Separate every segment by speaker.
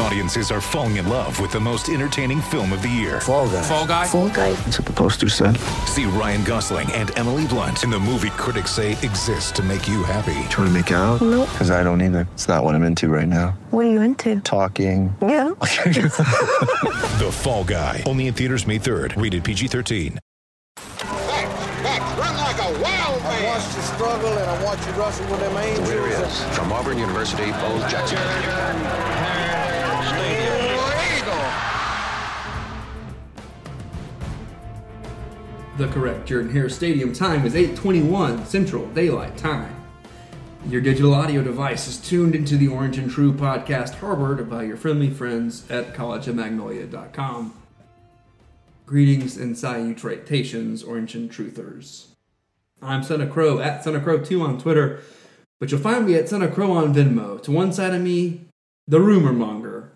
Speaker 1: Audiences are falling in love with the most entertaining film of the year.
Speaker 2: Fall guy.
Speaker 1: Fall guy.
Speaker 3: Full guy.
Speaker 2: That's what the poster said.
Speaker 1: See Ryan Gosling and Emily Blunt in the movie critics say exists to make you happy.
Speaker 2: Trying to make it out? No. Because I don't either. It's not what I'm into right now.
Speaker 3: What are you into?
Speaker 2: Talking.
Speaker 3: Yeah.
Speaker 1: The Fall Guy. Only in theaters May 3rd. Rated PG-13.
Speaker 4: back, back, run like a wild man.
Speaker 5: I watched you struggle and I watched you wrestle with them angels.
Speaker 6: From Auburn University, Bo Jackson.
Speaker 7: the correct Jordan Hare Stadium time is 8:21 Central Daylight Time. Your digital audio device is tuned into the Orange and True podcast harbored by your friendly friends at collegeofmagnolia.com. Greetings and salutations, Orange and Truthers. I'm Son of Crow at Son of Crow 2 on Twitter, but you'll find me at Son of Crow on Venmo. To one side of me, the rumor monger,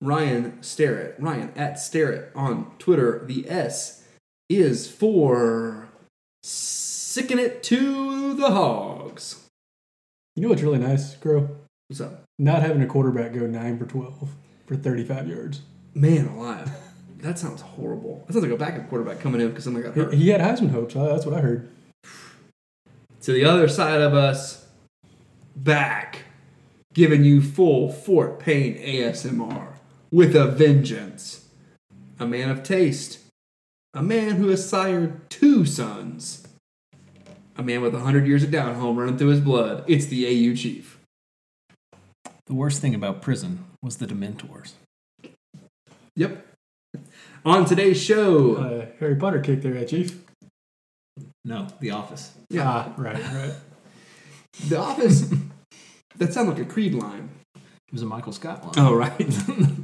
Speaker 7: Ryan Starrett. Ryan at Starrett on Twitter. The S is for Sicken It to the Hogs.
Speaker 8: You know what's really nice, Crow?
Speaker 7: What's up?
Speaker 8: Not having a quarterback go nine for twelve for thirty-five yards.
Speaker 7: Man alive. That sounds horrible. That sounds like a backup quarterback coming in because something got
Speaker 8: He,
Speaker 7: hurt.
Speaker 8: he had Heisman hopes. uh, That's what I heard.
Speaker 7: to the other side of us, back, giving you full Fort Payne ASMR with a vengeance. A man of taste, a man who has sired two sons, a man with a hundred years of down home running through his blood. It's the AU chief.
Speaker 9: The worst thing about prison was the Dementors.
Speaker 7: Yep. On today's show,
Speaker 8: Uh, Harry Potter kicked there, eh, Chief.
Speaker 9: No, The Office.
Speaker 7: Yeah.
Speaker 8: Ah, right, right.
Speaker 7: The Office. that sounds like a Creed line.
Speaker 9: It was a Michael Scott line.
Speaker 7: Oh right.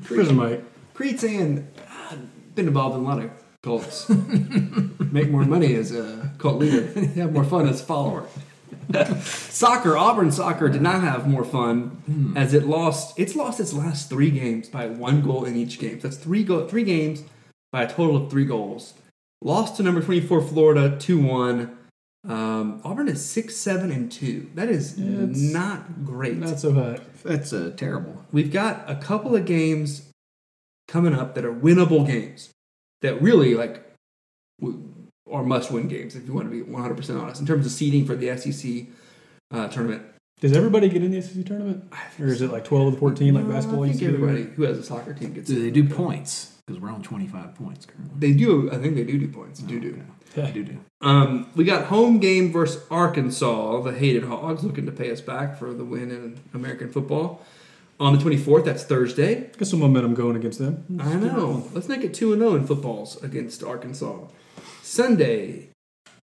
Speaker 8: Prison Mike.
Speaker 7: Creed's saying, I've been involved in a lot of cults. Make more money as a cult leader. Have more fun as a follower. soccer, Auburn soccer did not have more fun as it lost. It's lost its last three games by one goal in each game. That's three go three games by a total of three goals. Lost to number twenty four Florida two one. Um, Auburn is six seven and two. That is
Speaker 8: It's
Speaker 7: not great.
Speaker 8: Not so hot.
Speaker 9: That's uh, terrible.
Speaker 7: We've got a couple of games coming up that are winnable games that really like w- are must-win games if you want to be 100% honest in terms of seeding for the SEC uh, tournament.
Speaker 8: Does everybody get in the SEC tournament, or is it like twelve to fourteen, like
Speaker 7: No,
Speaker 8: basketball?
Speaker 7: I
Speaker 8: used
Speaker 7: think
Speaker 8: to be?
Speaker 7: everybody who has a soccer team gets.
Speaker 9: Do they do points? Because we're on 25 points currently.
Speaker 7: They Oh, do. I think they do do points. Do do.
Speaker 8: Yeah.
Speaker 9: Do do.
Speaker 7: Um, we got home game versus Arkansas, the hated Hogs, looking to pay us back for the win in American football on the 24th. That's Thursday.
Speaker 8: Got some momentum going against them.
Speaker 9: Uh,
Speaker 7: I know. Let's make it 2 0 in footballs against Arkansas. Sunday,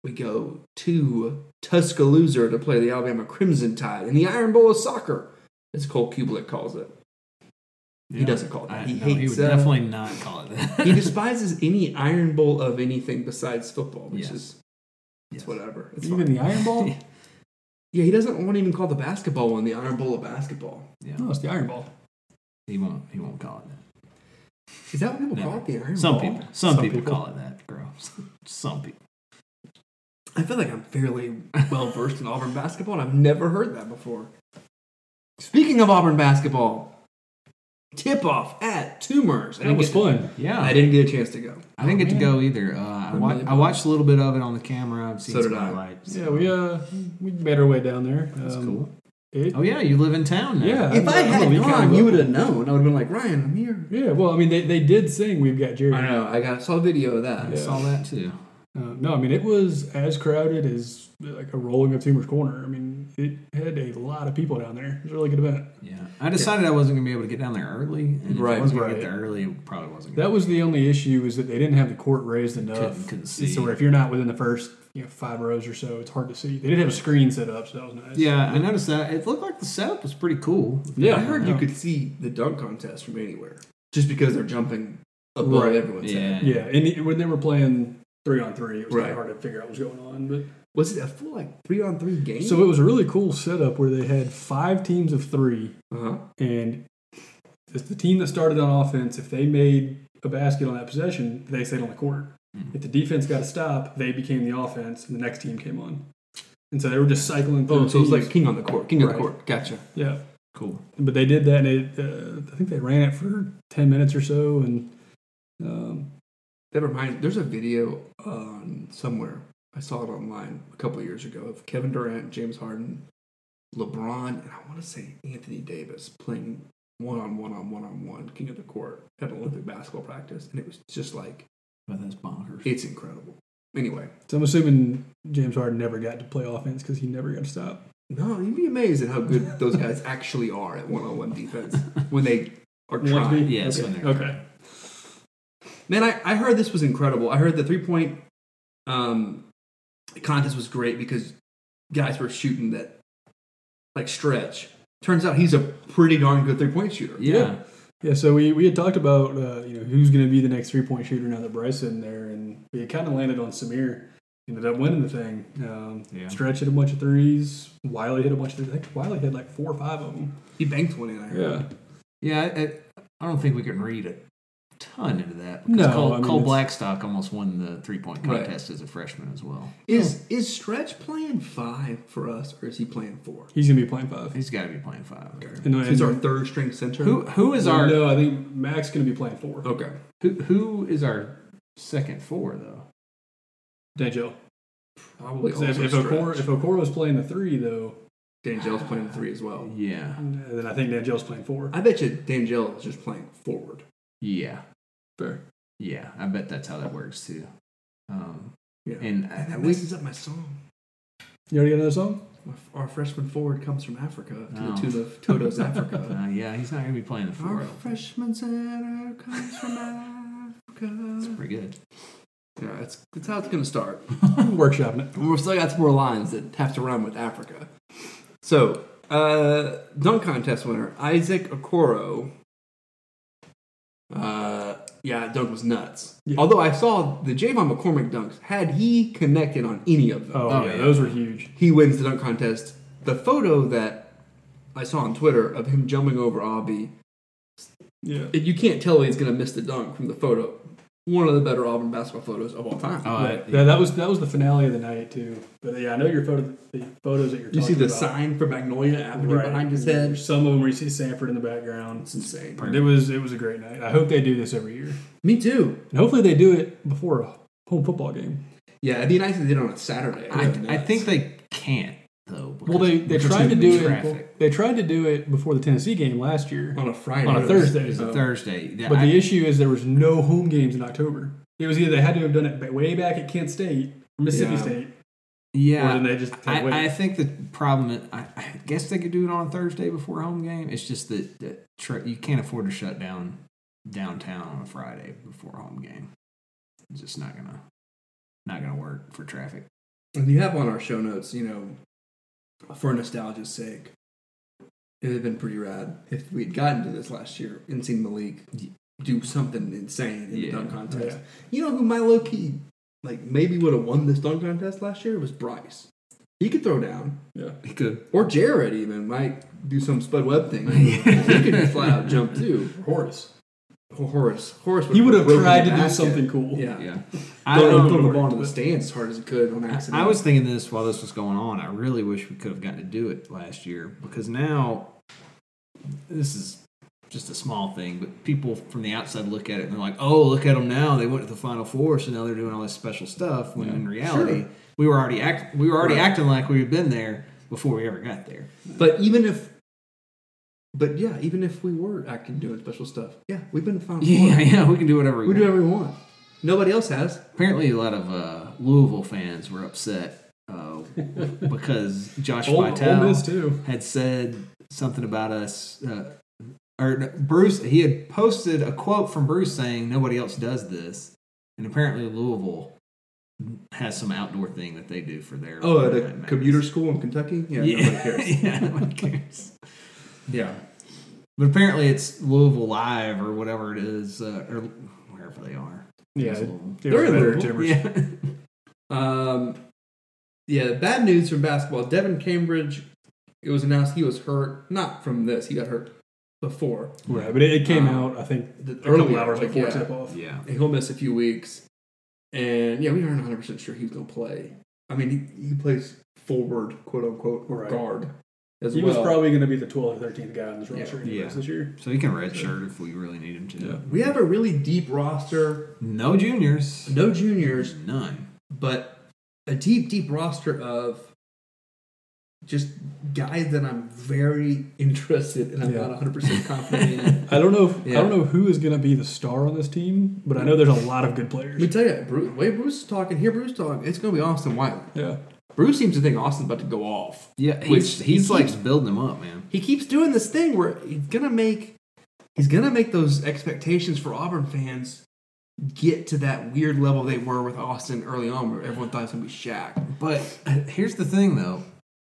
Speaker 7: we go to Tuscaloosa to play the Alabama Crimson Tide in the Iron Bowl of soccer, as Cole Kublik calls it. He doesn't call it that.
Speaker 9: I-
Speaker 7: he
Speaker 9: no,
Speaker 7: hates
Speaker 9: He would
Speaker 7: uh,
Speaker 9: definitely not call it that.
Speaker 7: he despises any Iron Bowl of anything besides football, which
Speaker 9: Yes.
Speaker 7: is it's
Speaker 9: Yes.
Speaker 7: whatever. It's
Speaker 8: Even
Speaker 7: fine.
Speaker 8: the Iron Ball.
Speaker 7: yeah, he doesn't want to even call the basketball one the Iron Bowl of basketball.
Speaker 9: Yeah.
Speaker 8: No, it's the Iron Ball.
Speaker 9: He won't. He won't call it that.
Speaker 7: Is that what people call
Speaker 9: Never.
Speaker 7: it? The Iron
Speaker 9: Some
Speaker 7: Bowl?
Speaker 9: people. Some,
Speaker 8: Some
Speaker 9: people,
Speaker 8: people.
Speaker 9: call it that, girl. Some people.
Speaker 7: I feel like I'm fairly well versed in Auburn basketball, and I've never heard that before. Speaking of Auburn basketball, tip off at Tumors.
Speaker 8: That
Speaker 7: I didn't
Speaker 8: was
Speaker 7: get-
Speaker 8: fun.
Speaker 9: Yeah.
Speaker 7: I didn't get a chance to go.
Speaker 9: I didn't get to go either. Uh, I, wa- I watched a little bit of it on the camera. I've seen
Speaker 7: So
Speaker 9: some
Speaker 7: did I.
Speaker 9: highlights.
Speaker 8: Yeah, we uh we made our way down there.
Speaker 9: That's
Speaker 8: Um,
Speaker 9: cool.
Speaker 8: it-
Speaker 9: Oh yeah, you live in town now.
Speaker 8: Yeah.
Speaker 7: If I
Speaker 8: I'm a
Speaker 7: had
Speaker 8: weekend
Speaker 7: gone,
Speaker 8: boy.
Speaker 7: you would have known. I would have been like, Ryan, I'm here.
Speaker 8: yeah. Well, I mean, they, they did sing "We've Got Jerry."
Speaker 7: I know. I got saw a video of that.
Speaker 9: I saw that too.
Speaker 8: Uh, no, I mean it was as crowded as like a rolling of Tumors Corner. I mean, it had a lot of people down there. It was a really good event.
Speaker 9: Yeah, I decided I wasn't gonna be able to get down there early, and if
Speaker 7: Right,
Speaker 9: I wasn't gonna
Speaker 8: right.
Speaker 9: get there early, it probably wasn't.
Speaker 8: That
Speaker 9: gonna
Speaker 8: was the only issue is that they didn't have the court raised enough.
Speaker 9: Couldn't- couldn't see.
Speaker 8: So if you're not within the first you know, five rows or so, it's hard to see. They didn't have a screen set up, so that was nice.
Speaker 9: Yeah, I noticed that. It looked like the setup was pretty cool.
Speaker 8: Yeah.
Speaker 7: I heard you
Speaker 8: No.
Speaker 7: could see the dunk contest from anywhere just because they're jumping above
Speaker 8: Right.
Speaker 7: everyone's head.
Speaker 8: Yeah, and it- when they were playing three on three, it was kind
Speaker 7: Right.
Speaker 8: of hard to figure out what was going on. But
Speaker 7: Was it a full like three on three game?
Speaker 8: so it was a really cool setup where they had five teams of three,
Speaker 7: uh-huh.
Speaker 8: and it's the team that started on offense. If they made a basket on that possession, they stayed on the court.
Speaker 7: Mm-hmm.
Speaker 8: If the defense got a stop, they became the offense, and the next team came on. And so they were just cycling through.
Speaker 7: Oh, so
Speaker 8: teams.
Speaker 7: it's like king on the court, king of
Speaker 8: Right.
Speaker 7: the court. Gotcha.
Speaker 8: yeah.
Speaker 7: Cool.
Speaker 8: But they did that, and it, uh, I think they ran it for ten minutes or so, and um,
Speaker 7: That reminds. There's a video on somewhere. I saw it online a couple of years ago of Kevin Durant, James Harden, LeBron, and I want to say Anthony Davis playing one on one on one on one king of the court at Olympic basketball practice, and it was just like
Speaker 9: But that's bonkers.
Speaker 7: it's incredible. Anyway,
Speaker 8: so I'm assuming James Harden never got to play offense because he never got to stop.
Speaker 7: no, you'd be amazed at how good those guys actually are at one on one defense when they are
Speaker 8: Want to be?
Speaker 7: trying.
Speaker 9: Yes, when they're
Speaker 8: Okay. Oh,
Speaker 7: Man, I, I heard this was incredible. I heard the three point um, contest was great because guys were shooting that like stretch. Turns out he's a pretty darn good three point shooter.
Speaker 9: Yeah.
Speaker 8: Yeah, so we, we had talked about uh, you know who's going to be the next three point shooter now that Bryce in there, and we had kind of landed on Samir. Ended up winning the thing. Um,
Speaker 9: Yeah.
Speaker 8: Stretch hit a bunch of threes. Wiley hit a bunch of threes. I think Wiley had like four or five of them.
Speaker 7: He banked one in. I heard.
Speaker 8: Yeah,
Speaker 9: Yeah, I, I don't think we can read a ton into that.
Speaker 8: No,
Speaker 9: because Cole,
Speaker 8: I mean,
Speaker 9: Cole
Speaker 8: it's-
Speaker 9: Blackstock almost won the three point
Speaker 7: Right.
Speaker 9: contest as a freshman as well.
Speaker 7: Is is Stretch playing five for us, or is he playing four?
Speaker 8: he's going to be playing five.
Speaker 9: He's got to be playing five.
Speaker 8: And,
Speaker 7: He's our
Speaker 8: and-
Speaker 7: third string center.
Speaker 9: Who who is our Oh,
Speaker 8: No, I think Mac's going to be playing four.
Speaker 7: Okay.
Speaker 9: who, who is our second four though?
Speaker 8: Danjel.
Speaker 7: Probably.
Speaker 8: So If,
Speaker 7: also
Speaker 8: if Okoro
Speaker 7: Stretch.
Speaker 8: if Okoro was playing the three though,
Speaker 7: Dangel's playing three as well.
Speaker 9: Yeah,
Speaker 8: then I think Danjel's playing four.
Speaker 7: I bet you Dangel is just playing forward.
Speaker 9: yeah,
Speaker 8: Fair.
Speaker 9: yeah. I bet that's how that works too. Um,
Speaker 7: Yeah.
Speaker 9: and
Speaker 7: Man,
Speaker 9: I,
Speaker 7: that
Speaker 9: we,
Speaker 7: messes up my song.
Speaker 8: You already got another song?
Speaker 7: My- Our freshman forward comes from Africa to
Speaker 9: Oh.
Speaker 7: the tune of Toto's Africa.
Speaker 9: uh, yeah, he's not gonna be playing the four.
Speaker 7: Our freshman center comes from Africa.
Speaker 9: Pretty good.
Speaker 7: Yeah, that's, that's how it's going to start.
Speaker 8: Workshopping it.
Speaker 7: We've still got some more lines that have to rhyme with Africa. So, uh, dunk contest winner, Isaac Okoro. Uh, yeah, dunk was nuts.
Speaker 8: Yeah.
Speaker 7: Although I saw the Javon McCormick dunks, had he connected on any of them,
Speaker 8: Oh,
Speaker 9: Oh,
Speaker 8: yeah,
Speaker 9: yeah.
Speaker 8: those were huge.
Speaker 7: he wins the dunk contest. The photo that I saw on Twitter of him jumping over Aubie
Speaker 8: Yeah.
Speaker 7: If you can't tell he's going to miss the dunk from the photo. One of the better Auburn basketball photos of all time.
Speaker 9: Oh, I-
Speaker 8: Right. Yeah, that was that was the finale of the night too. But yeah, I know your photo, the photos that you're.
Speaker 7: you see
Speaker 8: talking
Speaker 7: the
Speaker 8: about.
Speaker 7: sign for Magnolia Avenue
Speaker 8: Right.
Speaker 7: behind his head.
Speaker 8: There's Some of them where you see Sanford in the background.
Speaker 7: It's insane.
Speaker 8: It was it was a great night. I hope they do this every year,
Speaker 7: Me too.
Speaker 8: and hopefully they do it before a home football game.
Speaker 7: Yeah, it'd be nice if they did it on a Saturday.
Speaker 9: I, I think they can't though.
Speaker 8: Well, they, they
Speaker 9: because
Speaker 8: tried to
Speaker 9: of
Speaker 8: do it.
Speaker 9: traffic.
Speaker 8: They tried to do it before the Tennessee game last year
Speaker 7: on a Friday.
Speaker 8: on a Thursday.
Speaker 9: It's a Thursday. Yeah,
Speaker 8: uh, But
Speaker 9: I-
Speaker 8: the issue is there was no home games in October. It was either they had to have done it ba- way back at Kent State or Mississippi
Speaker 7: Yeah.
Speaker 8: State.
Speaker 9: Yeah,
Speaker 8: Or then they just take away.
Speaker 9: I, I think the problem. Is, I, I guess they could do it on a Thursday before home game. It's just that, that tra- you can't afford to shut down downtown on a Friday before home game. It's just not gonna not gonna work for traffic.
Speaker 7: And you have on our show notes, you know, for nostalgia's sake, it would have been pretty rad if we had gotten to this last year and seen Malik do something insane in the
Speaker 9: Yeah.
Speaker 7: dunk
Speaker 8: Yeah.
Speaker 7: contest. You know who my low key, like, maybe would have won this dunk contest last year was Bryce. He could throw down.
Speaker 8: Yeah.
Speaker 7: He could. Or Jared even might do some Spud Webb thing. he could just flat out jump too.
Speaker 8: Horace.
Speaker 7: Or Horace. Horace
Speaker 8: He would have
Speaker 7: broken
Speaker 8: tried
Speaker 7: the
Speaker 8: to do
Speaker 7: basket.
Speaker 8: something cool.
Speaker 7: Yeah.
Speaker 9: I,
Speaker 7: Throw,
Speaker 9: um,
Speaker 7: throw the ball into the stands as hard as he could on accident.
Speaker 9: I was thinking this while this was going on. I really wish we could have gotten to do it last year because now this is just a small thing, but people from the outside look at it and they're like, "Oh, look at them now! They went to the Final Four, so now they're doing all this special stuff." When in reality,
Speaker 7: Sure.
Speaker 9: we were already act we were already
Speaker 7: Right.
Speaker 9: acting like we had been there before we ever got there.
Speaker 7: But even if, but yeah, even if we were acting doing special stuff, yeah, we've been found.
Speaker 9: Yeah, yeah, we can do whatever we,
Speaker 7: we do
Speaker 9: want.
Speaker 7: whatever we want. Nobody else has.
Speaker 9: Apparently, a lot of uh, Louisville fans were upset uh, because Josh
Speaker 8: Ole,
Speaker 9: Vitale.
Speaker 8: Ole Miss too.
Speaker 9: had said something about us, uh, or no, Bruce. He had posted a quote from Bruce saying, "Nobody else does this," and apparently Louisville has some outdoor thing that they do for their
Speaker 7: Oh, at
Speaker 9: Monday Night
Speaker 7: a
Speaker 9: Madness.
Speaker 7: commuter school in Kentucky. Yeah,
Speaker 9: Yeah,
Speaker 7: nobody cares.
Speaker 9: yeah, nobody cares.
Speaker 7: Yeah,
Speaker 9: But apparently, it's Louisville Live or whatever it is, uh, or wherever they are.
Speaker 8: Yeah,
Speaker 9: It's
Speaker 8: it-
Speaker 9: Louisville.
Speaker 8: it
Speaker 7: They're
Speaker 8: was
Speaker 7: in
Speaker 8: better
Speaker 7: Louisville.
Speaker 8: Timbers.
Speaker 9: yeah.
Speaker 7: um, yeah. Bad news from basketball. Devin Cambridge. It was announced he was hurt. Not from this. He got hurt before.
Speaker 8: Right, but it, it came
Speaker 7: Um,
Speaker 8: out I think
Speaker 7: The
Speaker 8: a couple
Speaker 7: earlier,
Speaker 8: hours
Speaker 7: like,
Speaker 8: before
Speaker 7: yeah.
Speaker 8: tip off.
Speaker 9: yeah.
Speaker 7: He'll miss a few weeks. And yeah, we aren't 100 percent sure he's going to play. I mean, he, he plays forward, quote unquote, or
Speaker 8: Right.
Speaker 7: guard as
Speaker 8: He
Speaker 7: well.
Speaker 8: was probably going to be the 12th or 13th guy on this roster
Speaker 7: Yeah.
Speaker 8: anyways
Speaker 9: Yeah.
Speaker 8: this year.
Speaker 9: So he can redshirt if we really need him to.
Speaker 8: Yeah.
Speaker 7: we have a really deep roster,
Speaker 9: No juniors.
Speaker 7: no juniors,
Speaker 9: None.
Speaker 7: but a deep, deep roster of just guys that I'm very interested and I'm
Speaker 8: Yeah.
Speaker 7: not 100 percent confident in.
Speaker 8: I don't know. If,
Speaker 7: Yeah.
Speaker 8: I don't know who is going to be the star on this team, but I know there's a lot of good players.
Speaker 7: Let me tell you, Bruce, way Bruce is talking, hear Bruce talk, it's going to be Austin White.
Speaker 8: yeah,
Speaker 7: Bruce seems to think Austin's about to go off.
Speaker 9: Yeah, he's,
Speaker 7: Which he
Speaker 9: he's like
Speaker 7: keeps-
Speaker 9: building them up, man.
Speaker 7: he keeps doing this thing where he's gonna make he's gonna make those expectations for Auburn fans get to that weird level they were with Austin early on, where everyone thought it's gonna be Shaq.
Speaker 9: But uh, here's the thing, though.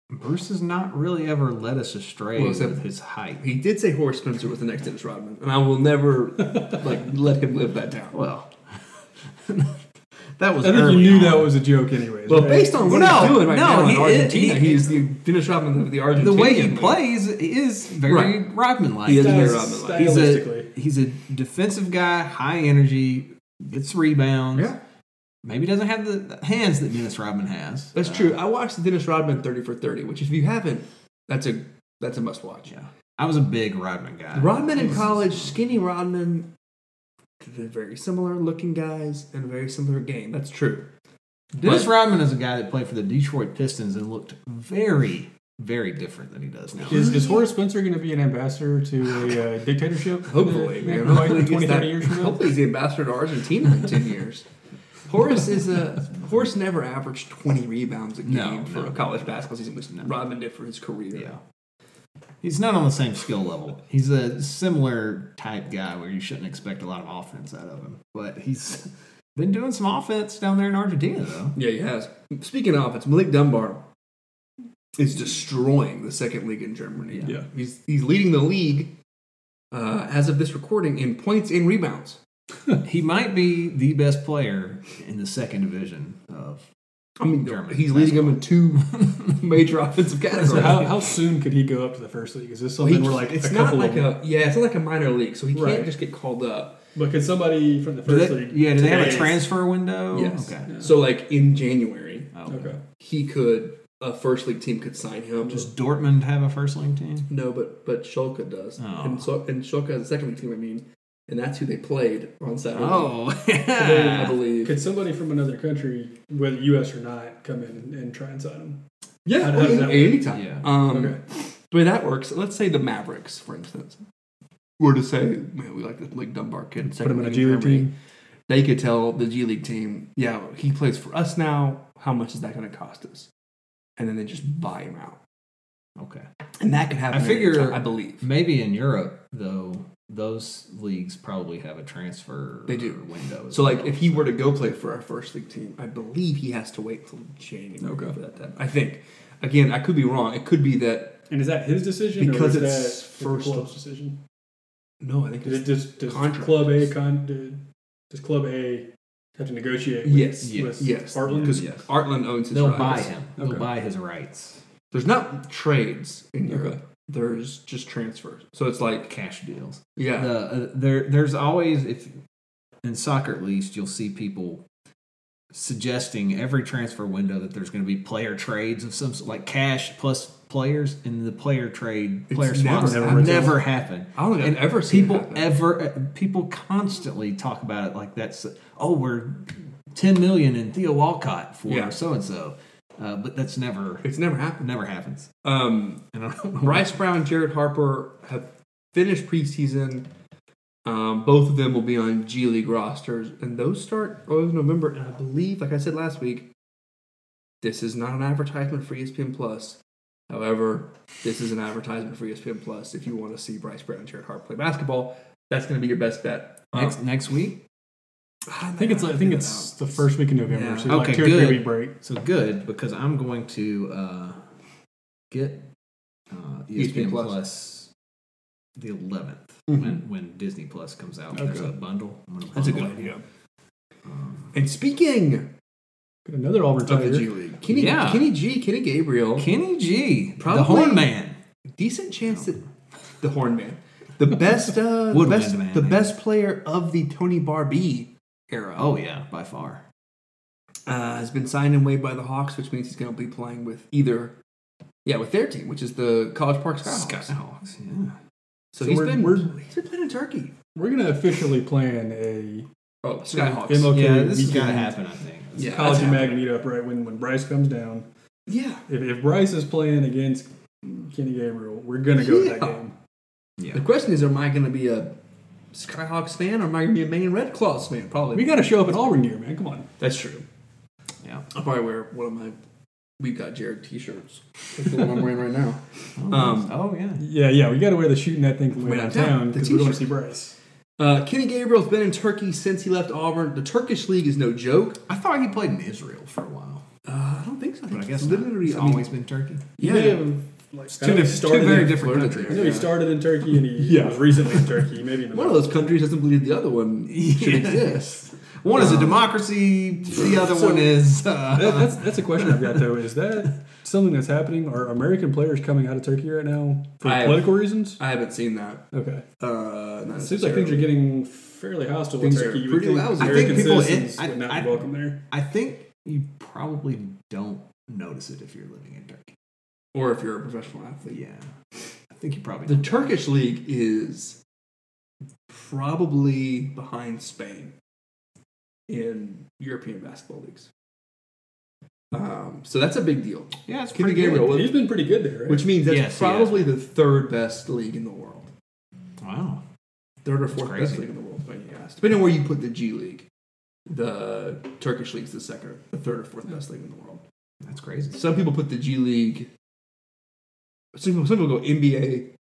Speaker 9: Bruce has not really ever led us astray
Speaker 7: Well, except-
Speaker 9: with his height.
Speaker 7: He did say Horace Spencer was the next Dennis Rodman, and I will never like let him live that down.
Speaker 9: Well, that was.
Speaker 8: I think
Speaker 9: early
Speaker 8: you knew
Speaker 9: on.
Speaker 8: that was a joke, anyways.
Speaker 7: Well,
Speaker 8: right?
Speaker 7: based on what
Speaker 9: No,
Speaker 7: he's doing right
Speaker 9: no,
Speaker 7: now in
Speaker 9: he-
Speaker 7: Argentina,
Speaker 9: he-
Speaker 7: he's the Dennis Rodman of the Argentina.
Speaker 9: the way he plays is very
Speaker 7: Right.
Speaker 9: Rodman like.
Speaker 7: He is very
Speaker 8: Styles-
Speaker 7: Rodman-like.
Speaker 9: He's a
Speaker 8: stylistically.
Speaker 9: he's a defensive guy, high energy, gets rebounds.
Speaker 7: Yeah,
Speaker 9: Maybe doesn't have the the hands that Dennis Rodman has. Uh,
Speaker 7: that's true. I watched the Dennis Rodman thirty for thirty, which if you haven't, that's a that's a must watch.
Speaker 9: Yeah, I was a big Rodman guy.
Speaker 7: Rodman
Speaker 9: He
Speaker 7: in
Speaker 9: was-
Speaker 7: college, skinny Rodman, they're very similar looking guys and very similar game. That's true.
Speaker 9: Dennis
Speaker 7: but-
Speaker 9: Rodman is a guy that played for the Detroit Pistons and looked very, very different than he does now.
Speaker 8: Is, is Horace Spencer going to be an ambassador to a uh, dictatorship?
Speaker 7: Hopefully,
Speaker 8: in,
Speaker 7: man.
Speaker 8: in
Speaker 7: Hopefully, he
Speaker 8: like 20,
Speaker 7: gets that-
Speaker 8: 30 years from now?
Speaker 7: hopefully he's the ambassador to Argentina in ten years. Horace is a Horace never averaged twenty rebounds a game
Speaker 9: No,
Speaker 7: for
Speaker 9: no.
Speaker 7: a college basketball season, which
Speaker 9: No.
Speaker 7: Rodman did for his career.
Speaker 9: Yeah. He's not on the same skill level. He's a similar type guy where you shouldn't expect a lot of offense out of him. But he's been doing some offense down there in Argentina, though.
Speaker 7: Yeah, he has. Speaking of offense, Malik Dunbar is destroying the second league in Germany.
Speaker 9: Yeah.
Speaker 8: Yeah.
Speaker 7: He's, he's leading the league uh, as of this recording in points and rebounds.
Speaker 9: He might be the best player in the second division of.
Speaker 7: I mean,
Speaker 9: German
Speaker 7: he's leading them in two major offensive categories.
Speaker 8: So how, how soon could he go up to the first league? Is this
Speaker 7: He-
Speaker 8: something where like
Speaker 7: it's
Speaker 8: a
Speaker 7: not
Speaker 8: couple
Speaker 7: like
Speaker 8: of
Speaker 7: a yeah, it's not like a minor league, so he can't
Speaker 8: Right.
Speaker 7: just get called up.
Speaker 8: but could somebody from the
Speaker 9: Do
Speaker 8: first
Speaker 9: they,
Speaker 8: league?
Speaker 9: yeah, do they have a
Speaker 8: today-
Speaker 9: transfer window?
Speaker 7: Yes.
Speaker 9: Okay.
Speaker 7: So like in January,
Speaker 9: Oh,
Speaker 8: Oh, Okay.
Speaker 7: he could a first league team could sign him.
Speaker 9: Does Dortmund have a first league team?
Speaker 7: no, but but Schalke does,
Speaker 9: Oh.
Speaker 7: and so and Schalke has a second league team. I mean, and that's who they played on Saturday.
Speaker 9: Oh,
Speaker 7: I believe.
Speaker 8: Could somebody from another country, whether U.S. or not, come in and, and try and sign him?
Speaker 7: yeah,
Speaker 8: How- how does
Speaker 7: any-
Speaker 8: that work?
Speaker 7: anytime.
Speaker 9: Yeah.
Speaker 7: Um,
Speaker 8: Okay.
Speaker 7: The way that works, let's say the Mavericks, for instance, were to say, man, we like this Malik Dunbar kid.
Speaker 8: Put him in a
Speaker 7: second
Speaker 8: G League
Speaker 7: Germany."
Speaker 8: team.
Speaker 7: they could tell the G League team, yeah, he plays for us now. How much is that going to cost us? And then they just buy him out.
Speaker 9: okay.
Speaker 7: And that could happen.
Speaker 9: I
Speaker 7: at any
Speaker 9: figure-
Speaker 7: time, I believe.
Speaker 9: Maybe in Europe, though, those leagues probably have a transfer
Speaker 7: They do.
Speaker 9: window. as
Speaker 7: So, like,
Speaker 9: well.
Speaker 7: if he were to go play for our first league team, I believe he has to wait until January for that. Time. I think. Again, I could be wrong. It could be that.
Speaker 8: And is that his decision
Speaker 7: Because
Speaker 8: or is
Speaker 7: it's
Speaker 8: that
Speaker 7: first-
Speaker 8: the club's decision?
Speaker 7: No, I think
Speaker 8: Does, it,
Speaker 7: it's.
Speaker 8: does, does
Speaker 7: Contract.
Speaker 8: Club A con, do- does Club A have to negotiate? With,
Speaker 7: Yes,
Speaker 8: with
Speaker 7: yes,
Speaker 8: Heartland?
Speaker 7: because
Speaker 9: Yes.
Speaker 7: Artland owns his
Speaker 9: they'll
Speaker 7: rights.
Speaker 9: buy him, they'll
Speaker 8: Okay.
Speaker 9: buy his rights,
Speaker 7: There's not trades in
Speaker 8: Okay.
Speaker 7: Europe. There's just transfers. So it's like,
Speaker 9: cash deals.
Speaker 7: yeah,
Speaker 9: The, uh, there, there's always if in soccer at least, you'll see people suggesting every transfer window that there's going to be player trades of some s- like cash plus players, and the player trade
Speaker 7: It's
Speaker 9: player
Speaker 7: never
Speaker 9: spots
Speaker 7: happened.
Speaker 9: never happen.
Speaker 7: I don't think I've
Speaker 9: and
Speaker 7: ever seen it
Speaker 9: people
Speaker 7: happen.
Speaker 9: ever uh, people constantly talk about it like that's oh we're ten million in Theo Walcott
Speaker 7: Yeah.
Speaker 9: for so and so, but that's never
Speaker 7: it's never happened.
Speaker 9: never happens.
Speaker 7: Um,
Speaker 9: And I don't know
Speaker 7: Bryce Brown and Jared Harper have finished preseason. Um, both of them will be on G League rosters, and those start oh November. And I believe, like I said last week, this is not an advertisement for E ESPN Plus. However, this is an advertisement for E ESPN Plus. If you want to see Bryce Brown and Jared Harper play basketball, that's going to be your best bet. Um,
Speaker 9: next next week.
Speaker 7: I
Speaker 8: I think it's I think it's the first week in November,
Speaker 7: Yeah.
Speaker 8: so like
Speaker 9: Okay,
Speaker 8: two or
Speaker 9: good.
Speaker 8: three week break.
Speaker 9: So good because I'm going to uh, get uh, ESPN
Speaker 7: ESPN Plus.
Speaker 9: Plus. the 11th when, when Disney Plus comes out. There's
Speaker 8: Okay.
Speaker 9: a bundle. I'm gonna
Speaker 7: That's a good
Speaker 9: bundle it.
Speaker 7: idea. And speaking
Speaker 8: Got another Auburn
Speaker 7: of the G
Speaker 8: Tiger.
Speaker 7: League, Kenny,
Speaker 9: Yeah.
Speaker 7: Kenny G, Kenny Gabriel,
Speaker 9: Kenny G,
Speaker 7: Probably-
Speaker 9: the Horn Man.
Speaker 7: decent chance that the horn man, the best, uh, the
Speaker 9: Woodwind
Speaker 7: best,
Speaker 9: man,
Speaker 7: the
Speaker 9: yeah.
Speaker 7: best player of the Tony Barbie era.
Speaker 9: Oh yeah, by far.
Speaker 7: Uh, has been signed and waived by the Hawks, which means he's going to be playing with either, yeah, with their team, which is the College Park Skyhawks.
Speaker 9: Skyhawks, yeah.
Speaker 7: So,
Speaker 8: So
Speaker 7: he's
Speaker 8: we're-
Speaker 7: been
Speaker 8: we're-
Speaker 7: he's been playing in Turkey.
Speaker 8: We're gonna officially plan a
Speaker 7: Oh, Skyhawks.
Speaker 8: MLK
Speaker 9: yeah, this has
Speaker 8: weekend
Speaker 9: got to happen, I think. This-
Speaker 7: Yeah,
Speaker 8: College
Speaker 7: that's
Speaker 8: and Mag
Speaker 7: happening.
Speaker 8: meetup right when when Bryce comes down.
Speaker 7: Yeah,
Speaker 8: If, if Bryce is playing against Kenny Gabriel, we're gonna go to that
Speaker 7: Yeah.
Speaker 8: game.
Speaker 7: The question is, am I going to be a Skyhawks fan or am I going to be a Maine Red Claws fan? Probably.
Speaker 8: We gotta show up in Auburn gear, man. Come on.
Speaker 7: That's true.
Speaker 9: Yeah.
Speaker 7: I'll probably wear one of my We've Got Jared t shirts. That's the one I'm wearing right now. Um,
Speaker 9: Oh, yeah.
Speaker 8: Yeah, yeah, we gotta wear the shooting that thing way
Speaker 7: Way
Speaker 8: downtown
Speaker 7: downtown, the
Speaker 8: because we want to see
Speaker 7: t-shirt.
Speaker 8: Bryce.
Speaker 7: uh, Kenny Gabriel's been in Turkey since he left Auburn. The Turkish league is no joke.
Speaker 9: I thought he played in Israel for a while,
Speaker 7: Uh, I don't think so.
Speaker 9: but I
Speaker 7: It's
Speaker 9: guess
Speaker 7: literally,
Speaker 9: it's
Speaker 7: I mean,
Speaker 9: always been Turkey.
Speaker 7: yeah,
Speaker 8: They have, like, I know he started
Speaker 9: two very
Speaker 8: in-
Speaker 9: different
Speaker 7: Florida
Speaker 9: countries.
Speaker 8: I
Speaker 7: there.
Speaker 8: know he started in Turkey and he was recently in Turkey, maybe in the
Speaker 7: One of those countries doesn't believe the other one should exist.
Speaker 9: One
Speaker 7: Uh,
Speaker 9: is a democracy, the other one is. Uh,
Speaker 8: That- that's that's a question I've got though. Is that something that's happening? Are American players coming out of Turkey right now for
Speaker 7: I have-
Speaker 8: political reasons?
Speaker 7: I haven't seen that.
Speaker 8: Okay,
Speaker 7: Uh, not
Speaker 8: it seems like things are
Speaker 7: necessarily.
Speaker 8: getting fairly hostile in
Speaker 7: Things are
Speaker 8: Turkey. You would
Speaker 7: pretty
Speaker 8: think
Speaker 7: lousy. I think
Speaker 8: American
Speaker 9: people- it-
Speaker 8: citizens
Speaker 9: I-
Speaker 8: would not
Speaker 9: I-
Speaker 8: be welcome there.
Speaker 9: I think you probably don't notice it if you're living in Turkey.
Speaker 7: or if you're a professional athlete.
Speaker 9: Yeah, I think you probably
Speaker 7: The
Speaker 9: don't.
Speaker 7: Turkish league is probably behind Spain in European basketball leagues. Um, so that's a big deal,
Speaker 9: yeah, it's
Speaker 7: Kenny
Speaker 9: pretty
Speaker 7: Gabriel.
Speaker 9: good.
Speaker 7: Well,
Speaker 8: He's been pretty good there, right?
Speaker 7: which means that's
Speaker 9: Yes, he has
Speaker 7: probably the third best league in the world,
Speaker 9: Wow,
Speaker 7: third or fourth best
Speaker 9: crazy.
Speaker 7: league in the world. If you ask, depending on where you put the G League, the Turkish league's the second, the third or fourth best league in the world.
Speaker 9: that's crazy.
Speaker 7: Some people put the G League. Some people, some people go NBA,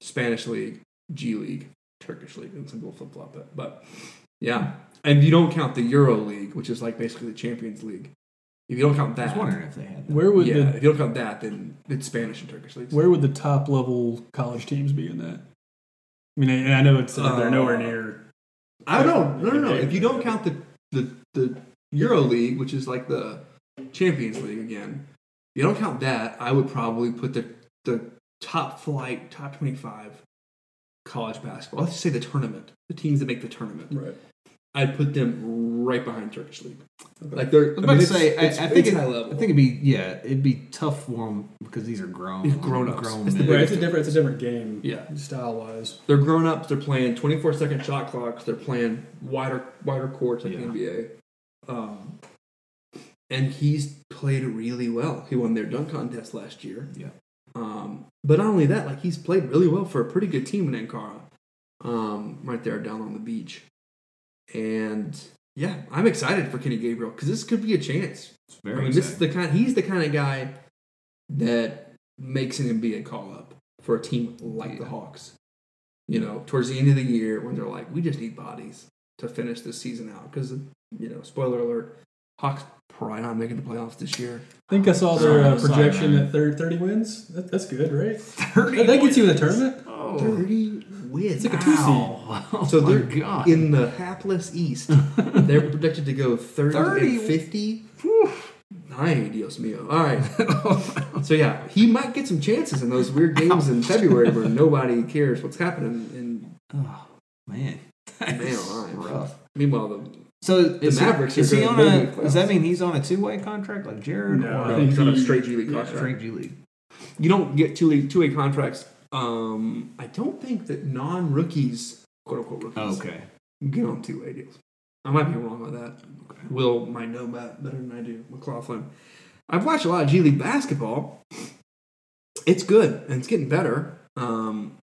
Speaker 7: Spanish League, G League, Turkish League, and some people flip flop it. But yeah, and if you don't count the Euro League, which is like basically the Champions League, if you don't count
Speaker 9: I was
Speaker 7: that,
Speaker 9: wondering if they had that.
Speaker 8: where would
Speaker 7: yeah,
Speaker 8: the
Speaker 7: if you don't count that, then it's Spanish and Turkish leagues.
Speaker 8: where would the top level college teams be in that? I mean, I, I know it's uh, they're nowhere
Speaker 7: Uh,
Speaker 8: near.
Speaker 7: I don't. No, no, no. If you don't count the the the Euro League, which is like the Champions League again, if you don't count that. I would probably put the the top flight, top twenty five college basketball. Let's say the tournament, the teams that make the tournament.
Speaker 8: Right.
Speaker 7: I'd put them right behind Turkish league. Like
Speaker 9: I
Speaker 7: they're.
Speaker 9: was about to say, I, I think
Speaker 7: it's
Speaker 9: it,
Speaker 7: high level.
Speaker 9: I think it'd be yeah, it'd be tough for them because these are grown,
Speaker 7: These grown-ups.
Speaker 9: grown
Speaker 7: It's the
Speaker 9: men.
Speaker 8: Right, it's a different, it's a different game.
Speaker 7: Yeah.
Speaker 8: style wise.
Speaker 7: they're grown ups. They're playing 24 second shot clocks. They're playing wider wider courts like
Speaker 9: Yeah.
Speaker 7: the NBA. Um, and he's played really well. He won their dunk contest last year.
Speaker 9: Yeah.
Speaker 7: Um, but not only that, like he's played really well for a pretty good team in Ankara, um, right there down on the beach. And yeah, I'm excited for Kenny Gabriel because this could be a chance.
Speaker 9: It's very
Speaker 7: I mean, this is
Speaker 9: exciting.
Speaker 7: the kind. He's the kind of guy that makes an NBA call up for a team like the Hawks. You know, towards the end of the year when they're like, we just need bodies to finish this season out because you know, spoiler alert, Hawks probably not making the playoffs this year.
Speaker 8: I think I saw their uh,
Speaker 9: Sorry,
Speaker 8: projection
Speaker 9: man.
Speaker 8: at thir- 30 wins. That, that's good, right? 30 that, that gets you in the tournament.
Speaker 7: Oh. Thirty wins.
Speaker 8: It's like a two seed.
Speaker 9: oh, oh
Speaker 7: So
Speaker 9: my
Speaker 7: they're
Speaker 9: God.
Speaker 7: in the hapless East. they're projected to go 30,
Speaker 9: 30?
Speaker 7: and 50. Ay, Dios mío. All right. so, yeah, he might get some chances in those weird games in February where nobody cares what's happening in
Speaker 9: man.
Speaker 7: man alive. Rough. Meanwhile, the,
Speaker 9: So the is
Speaker 7: Mavericks
Speaker 9: He, is
Speaker 7: are
Speaker 9: he
Speaker 7: good.
Speaker 9: on
Speaker 7: They're
Speaker 9: a?
Speaker 7: good
Speaker 9: Does that mean he's on a two-way contract like Jared?
Speaker 8: No,
Speaker 9: or
Speaker 8: I think
Speaker 7: he's on a
Speaker 8: he-
Speaker 7: straight G League
Speaker 8: yeah.
Speaker 7: contract.
Speaker 9: straight G League.
Speaker 7: you don't get two league, two-way contracts. Um, I don't think that non-rookies, quote-unquote rookies,
Speaker 9: okay.
Speaker 7: get on two-way deals. I might be wrong on that. Will might know that better than I do. McLaughlin. I've watched a lot of G League basketball. It's good and it's getting better. Um,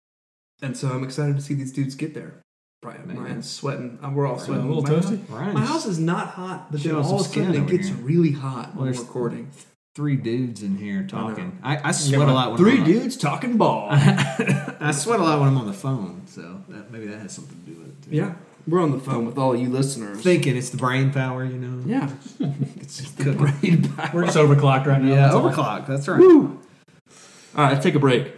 Speaker 7: and so I'm excited to see these dudes get there. Brian,
Speaker 9: Man.
Speaker 7: Ryan's sweating. Uh, We're all
Speaker 8: So a
Speaker 7: sweating.
Speaker 8: little
Speaker 7: my,
Speaker 8: toasty.
Speaker 9: Ryan's
Speaker 7: my house is not hot, but then
Speaker 9: Showing some
Speaker 7: all of a sudden
Speaker 9: skin
Speaker 7: it
Speaker 9: over
Speaker 7: gets
Speaker 9: here.
Speaker 7: really
Speaker 9: Well,
Speaker 7: hot when
Speaker 9: there's
Speaker 7: we're recording.
Speaker 9: three dudes in here talking. I, I sweat a lot. When
Speaker 7: Three
Speaker 9: I'm
Speaker 7: dudes talking ball.
Speaker 9: On, I sweat a lot when I'm on the phone, so that, maybe that has something to do with it. Too.
Speaker 7: yeah, we're on the phone with all you listeners.
Speaker 9: Thinking it's the brain power, you know.
Speaker 7: yeah,
Speaker 9: It's just the brain power.
Speaker 8: We're just overclocked right now.
Speaker 9: Yeah,
Speaker 8: that's all.
Speaker 9: overclock. That's right.
Speaker 7: All right, let's take a break.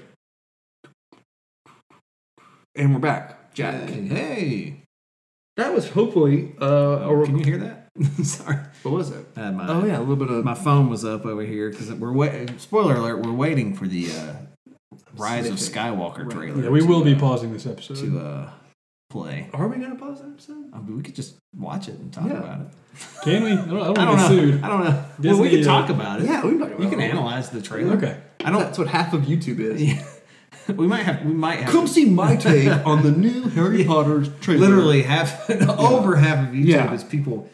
Speaker 7: And we're back. Jack.
Speaker 9: Hey, hey.
Speaker 7: That was hopefully uh, a
Speaker 9: Oh, can you
Speaker 7: rec-
Speaker 9: hear that? Sorry.
Speaker 7: What was it?
Speaker 9: Uh, my,
Speaker 7: Oh, yeah, a little bit of.
Speaker 9: my phone was up over here because we're wait. Spoiler alert: we're waiting for the uh, Rise of Skywalker trailer.
Speaker 8: Yeah, we
Speaker 9: to,
Speaker 8: will be
Speaker 9: uh,
Speaker 8: pausing this episode.
Speaker 9: to uh, play.
Speaker 7: Are we gonna pause that episode?
Speaker 9: I mean, we could just watch it and talk
Speaker 7: Yeah.
Speaker 9: about it.
Speaker 8: Can we? I don't, I don't,
Speaker 9: I
Speaker 8: wanna
Speaker 9: don't know.
Speaker 8: get sued.
Speaker 9: I don't know. well,
Speaker 8: Disney,
Speaker 9: we can
Speaker 8: uh,
Speaker 9: talk about it.
Speaker 7: Yeah, we can talk about
Speaker 9: You can
Speaker 7: it.
Speaker 9: analyze the trailer.
Speaker 8: Okay.
Speaker 9: I don't.
Speaker 7: That's what half of YouTube is.
Speaker 9: we might have. We might have.
Speaker 7: Come see my take on the new Harry Potter trailer.
Speaker 9: literally half over half of YouTube
Speaker 7: Yeah.
Speaker 9: is people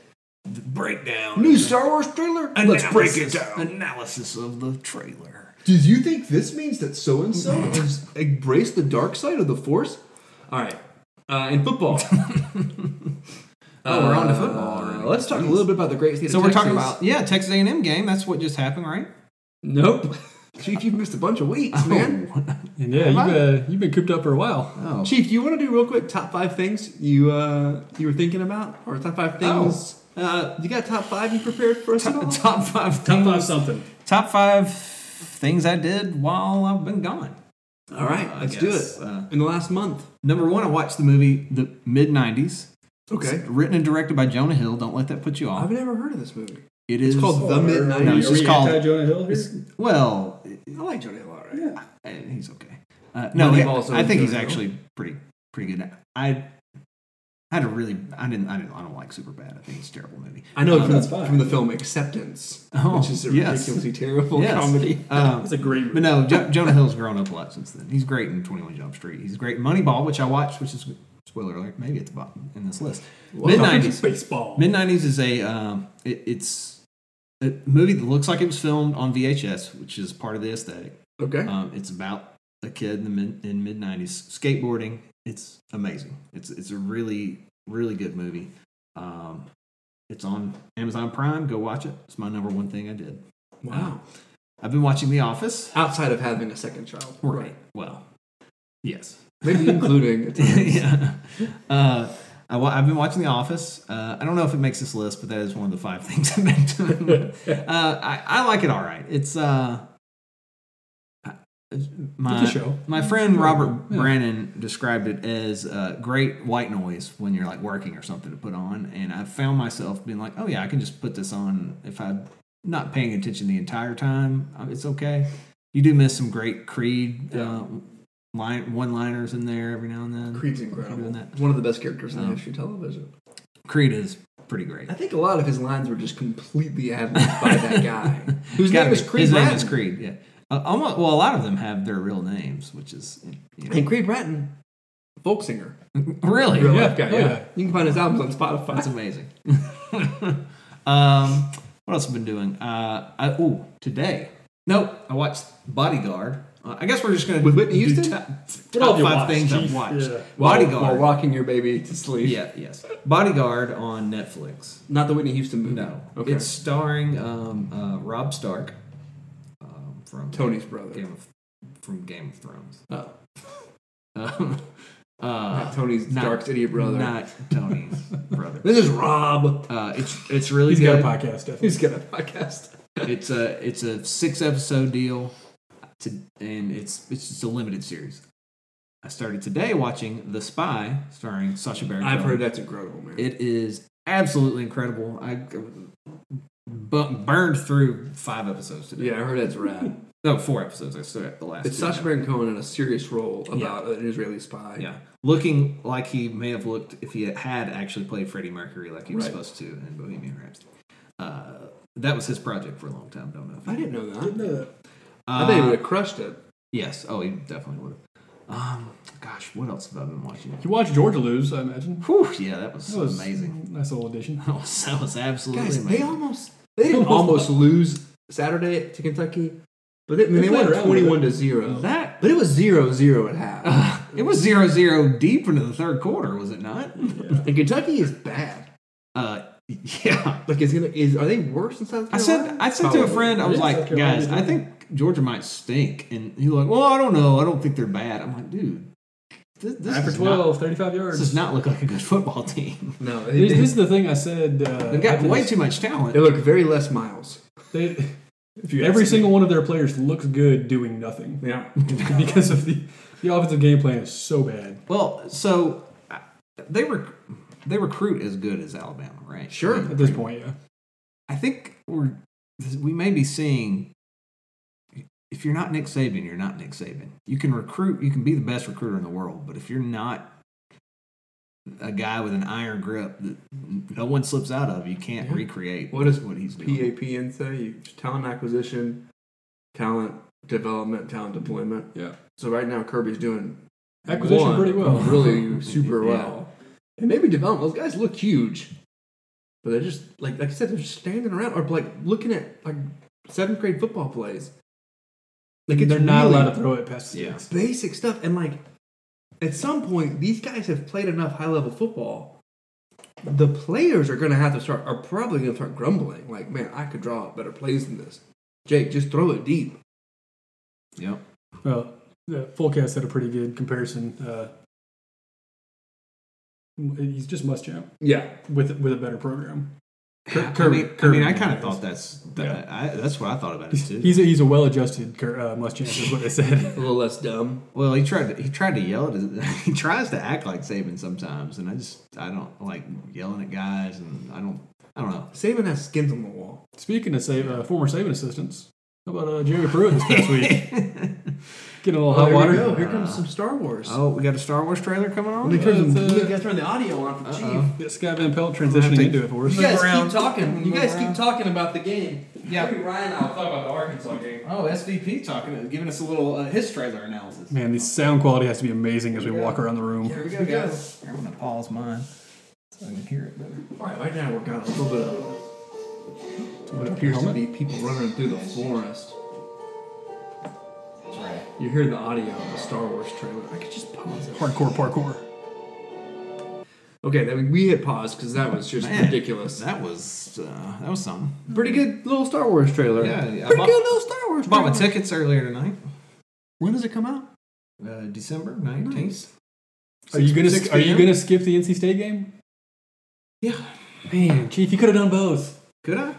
Speaker 9: th- breakdown.
Speaker 7: new
Speaker 9: of the
Speaker 7: Star Wars trailer. Let's
Speaker 9: analysis-
Speaker 7: break it down.
Speaker 9: Analysis of the trailer.
Speaker 7: Do you think this means that so and so has embraced the dark side of the Force? All right, uh, in football.
Speaker 9: Oh, we're on to football
Speaker 7: Uh,
Speaker 9: already.
Speaker 7: let's talk a little bit about the great state.
Speaker 9: So
Speaker 7: of
Speaker 9: we're talking
Speaker 7: Texas.
Speaker 9: about yeah, Texas A&M game. That's what just happened, right?
Speaker 7: Nope. Oh. Chief, you've missed a bunch of weeks, man.
Speaker 8: And yeah, you've, uh, you've been cooped up for a while.
Speaker 9: Oh,
Speaker 7: Chief, do you want to do real quick top five things you uh, you were thinking about, or top five things? Uh, you got top five you prepared for us at all?
Speaker 9: Oh. top, top five.
Speaker 8: Top
Speaker 9: things-
Speaker 8: five something.
Speaker 9: Top five things I did while I've been gone.
Speaker 7: all right,
Speaker 9: I
Speaker 7: let's do
Speaker 9: guess,
Speaker 7: it.
Speaker 9: uh,
Speaker 7: in the last month.
Speaker 9: Number one, I watched the movie The Mid '90s,
Speaker 7: Okay.
Speaker 9: written and directed by Jonah Hill. Don't let that put you off.
Speaker 7: I've never heard of this movie.
Speaker 9: It is
Speaker 7: It's called The Mid
Speaker 9: No,
Speaker 8: Are
Speaker 9: it's just
Speaker 8: we
Speaker 7: Nineties.
Speaker 9: called.
Speaker 8: anti-Jonah Hill here?
Speaker 9: Well,
Speaker 7: I like Jonah Hill, all right.
Speaker 9: uh, he's okay. Uh, no,
Speaker 7: Moneyball's
Speaker 9: he-
Speaker 7: always
Speaker 9: I think
Speaker 7: doing
Speaker 9: he's
Speaker 7: well.
Speaker 9: actually pretty pretty good. I I had a really I didn't I didn't I don't like super bad. I think it's a terrible movie. Um,
Speaker 7: I know it
Speaker 8: that's
Speaker 7: from,
Speaker 8: fine.
Speaker 7: from the film Acceptance,
Speaker 9: Oh,
Speaker 7: which is a
Speaker 9: yes.
Speaker 7: ridiculously terrible
Speaker 9: Yes.
Speaker 7: comedy.
Speaker 9: Um,
Speaker 8: That's a great movie.
Speaker 9: but no, jo- Jonah Hill's grown up a lot since then. He's great in Twenty One Jump Street. He's great in Moneyball, which I watched, which is spoiler alert, maybe at the bottom in this list. Mid nineties.
Speaker 8: Baseball.
Speaker 9: Mid nineties is a um, it, it's a movie that looks like it was filmed on VHS, which is part of the aesthetic.
Speaker 7: Okay.
Speaker 9: Um, it's about a kid in the mid, in mid '90s skateboarding. It's amazing. It's it's a really really good movie. Um, it's on Amazon Prime. Go watch it. It's my number one thing I did.
Speaker 7: wow.
Speaker 9: I've been watching The Office.
Speaker 7: Outside of having a second child.
Speaker 9: Well, yes.
Speaker 7: Maybe including. at times.
Speaker 9: yeah. Uh, I wa- I've been watching The Office. Uh, I don't know if it makes this list, but that is one of the five things I've been doing. uh, I, I like it all right. It's uh, I- my
Speaker 8: It's a show.
Speaker 9: my friend Robert Brannon described it as uh, great white noise when you're like working or something to put on, and I found myself being like, oh yeah, I can just put this on if I'm not paying attention the entire time. Uh, It's okay. You do miss some great Creed uh, line one-liners in there every now and then.
Speaker 7: Creed's
Speaker 9: If you're doing
Speaker 7: incredible.
Speaker 9: that. Oh.
Speaker 7: One of the best characters in history of television.
Speaker 9: Creed is pretty great.
Speaker 7: I think a lot of his lines were just completely ad libbed by that guy. Whose
Speaker 9: Gotta
Speaker 7: name is
Speaker 9: be.
Speaker 7: Creed
Speaker 9: His
Speaker 7: Bratton.
Speaker 9: name is Creed. Yeah. Uh, almost, well, a lot of them have their real names, which is you know,
Speaker 7: And Creed Bratton, folk singer.
Speaker 9: really
Speaker 7: Real
Speaker 9: Oh, yeah.
Speaker 7: life guy,
Speaker 8: yeah.
Speaker 7: yeah. You can find his albums on Spotify.
Speaker 9: That's amazing. um, what else have I been doing? Uh, I, ooh, today. Nope, I watched Bodyguard. Uh, I guess we're just going to
Speaker 7: With Whitney
Speaker 9: do
Speaker 7: Houston?
Speaker 9: top,
Speaker 8: What
Speaker 9: top
Speaker 8: have you
Speaker 9: five
Speaker 8: watched,
Speaker 9: things I've
Speaker 8: Chief?
Speaker 9: watched.
Speaker 8: Yeah.
Speaker 7: While-
Speaker 9: Bodyguard.
Speaker 7: While rocking your baby to sleep.
Speaker 9: yeah, yes. Bodyguard on Netflix.
Speaker 7: Not the Whitney Houston movie.
Speaker 9: No,
Speaker 7: Okay.
Speaker 9: it's starring um, uh, Rob Stark um, from
Speaker 7: Tony's brother.
Speaker 9: Game of, from Game of Thrones.
Speaker 7: Oh.
Speaker 9: Um, uh,
Speaker 7: Tony's
Speaker 9: not-
Speaker 7: Dark's idiot brother.
Speaker 9: not Tony's brother.
Speaker 7: This is Rob.
Speaker 9: Uh, it's it's really
Speaker 8: He's
Speaker 9: good.
Speaker 8: got a podcast, definitely.
Speaker 7: He's got a podcast.
Speaker 9: It's a it's a six episode deal, to, and it's it's just a limited series. I started today watching The Spy, starring Sacha Baron.
Speaker 7: I've
Speaker 9: Cohen.
Speaker 7: heard that's incredible, man.
Speaker 9: It is absolutely incredible. I bu- burned through five episodes today.
Speaker 7: yeah, I heard that's rad.
Speaker 9: No, four episodes. I still got the last.
Speaker 7: It's
Speaker 9: two.
Speaker 7: Sacha Baron Cohen in a serious role about an Israeli spy.
Speaker 9: Yeah, looking like he may have looked if he had actually played Freddie Mercury like he was
Speaker 7: Right.
Speaker 9: supposed to in Bohemian Rhapsody. Uh, that was his project for a long time. Don't know. If
Speaker 7: I didn't know that.
Speaker 9: Uh,
Speaker 7: I bet he would have crushed it.
Speaker 9: Yes. Oh, he definitely would have. Um, gosh, what else have I been watching?
Speaker 8: You watched Georgia lose, I imagine.
Speaker 9: Whew, yeah, that was,
Speaker 8: That was
Speaker 9: amazing.
Speaker 8: Nice little addition.
Speaker 9: That was, that was absolutely
Speaker 7: Guys,
Speaker 9: amazing.
Speaker 7: they almost they didn't almost lose Saturday to Kentucky, but they, I mean, they
Speaker 8: played
Speaker 7: went
Speaker 8: around
Speaker 7: twenty one to
Speaker 8: with
Speaker 7: zero.
Speaker 9: That-
Speaker 7: but it was zero zero at half.
Speaker 9: it was zero zero deep into the third quarter, was it not?
Speaker 7: and Kentucky is bad.
Speaker 9: Uh, yeah.
Speaker 7: Like is gonna is are they worse than South
Speaker 9: I
Speaker 7: Carolina?
Speaker 9: said I said to a
Speaker 7: Probably.
Speaker 9: friend, I was
Speaker 8: Yeah,
Speaker 9: like,
Speaker 8: South Carolina
Speaker 9: guys,
Speaker 8: Oh. did
Speaker 9: I
Speaker 8: that.
Speaker 9: think Georgia might stink, and he was like, well, I don't know, I don't think they're bad. I'm like, dude, this, this
Speaker 8: After
Speaker 9: is
Speaker 8: 12,
Speaker 9: not,
Speaker 8: 35
Speaker 9: this
Speaker 8: yards.
Speaker 9: does not look like a good football team.
Speaker 7: No, they,
Speaker 8: this,
Speaker 7: they,
Speaker 8: this is the thing I said. Uh,
Speaker 9: They've got
Speaker 8: after
Speaker 9: way
Speaker 8: this-
Speaker 9: too much talent.
Speaker 7: they look very less miles.
Speaker 8: They,
Speaker 7: you
Speaker 8: every
Speaker 7: ask me.
Speaker 8: single one of their players looks good doing nothing
Speaker 7: Yeah.
Speaker 8: because of the, the offensive game plan is so bad.
Speaker 9: Well, so uh, they were they recruit as good as Alabama, right?
Speaker 7: Sure.
Speaker 8: At this point, yeah.
Speaker 9: I think we're we may be seeing if you're not Nick Saban, you're not Nick Saban. You can recruit, you can be the best recruiter in the world, but if you're not a guy with an iron grip that no one slips out of. You can't
Speaker 7: Yeah.
Speaker 9: recreate
Speaker 7: What does
Speaker 9: what he's doing.
Speaker 7: PAPN say? You, talent acquisition, talent development, talent deployment.
Speaker 8: Yeah.
Speaker 7: So right now Kirby's doing
Speaker 8: Acquisition
Speaker 7: one
Speaker 8: pretty well.
Speaker 7: really super
Speaker 9: Yeah.
Speaker 7: well, and maybe development. Those guys look huge, but they're just like like I said, they're just standing around or like looking at like seventh grade football plays. Like it's
Speaker 8: They're not
Speaker 7: really
Speaker 8: allowed to throw it past the
Speaker 9: Yeah.
Speaker 8: sticks.
Speaker 7: basic stuff, and like at some point these guys have played enough high level football. The players are going to have to start are probably going to start grumbling. Like, man, I could draw up better plays than this. Jake, just throw it deep.
Speaker 9: Yep.
Speaker 8: Well, the Fullcast had a pretty good comparison. Uh, he's just Muschamp
Speaker 7: Yeah,
Speaker 8: with with a better program. Cur-
Speaker 9: I mean, I, mean, I
Speaker 8: Kirby
Speaker 9: kind of
Speaker 8: is.
Speaker 9: thought that's that, I, that's what I thought about it too.
Speaker 8: He's a, he's a well adjusted Cur- uh, Muschamp is what they said.
Speaker 7: a little less dumb.
Speaker 9: well, he tried to, he tried to yell at his, he tries to act like Saban sometimes, and I just I don't like yelling at guys, and I don't I don't know.
Speaker 7: Saban has skins on the wall.
Speaker 8: Speaking of save, uh, former saving assistants, how about uh, Jerry Pruitt this past week? Getting a little hot
Speaker 7: there
Speaker 8: Oh, water.
Speaker 7: you go. Here comes some Star Wars.
Speaker 9: Oh, we got a Star Wars trailer coming on.
Speaker 7: Let me turn
Speaker 8: That's,
Speaker 7: some-
Speaker 8: uh,
Speaker 7: you guys turn the audio on for Chief.
Speaker 8: Yeah, Sky Van Pelt transitioning into it for us.
Speaker 7: You guys keep talking. You guys keep talking about the game.
Speaker 9: Yeah.
Speaker 7: Maybe Ryan, I'll talk about the Arkansas game.
Speaker 9: Oh, SVP talking, giving us a little uh, his trailer analysis.
Speaker 8: Man, the sound quality has to be amazing as we walk around the room.
Speaker 7: Here we go, guys.
Speaker 9: I'm gonna pause mine so I can hear it better.
Speaker 7: All right, right now we're got a little bit of what appears to be people running through the forest. You hear the audio of the Star Wars trailer. I could just pause it.
Speaker 8: Hardcore parkour.
Speaker 7: Okay, that, we hit pause because that was just
Speaker 9: Man,
Speaker 7: ridiculous.
Speaker 9: That was uh, that was something.
Speaker 7: Pretty good little Star Wars trailer.
Speaker 9: Yeah, yeah, I
Speaker 7: Pretty
Speaker 9: bought-
Speaker 7: good little Star Wars
Speaker 9: Bought my
Speaker 7: trailer.
Speaker 9: tickets earlier tonight.
Speaker 7: when does it come out?
Speaker 9: Uh, December nineteenth.
Speaker 8: Are you gonna
Speaker 9: 6
Speaker 8: are you
Speaker 9: p.m.?
Speaker 8: gonna skip the NC State game?
Speaker 9: Yeah.
Speaker 8: Man, Chief, you could have done both.
Speaker 9: Could I?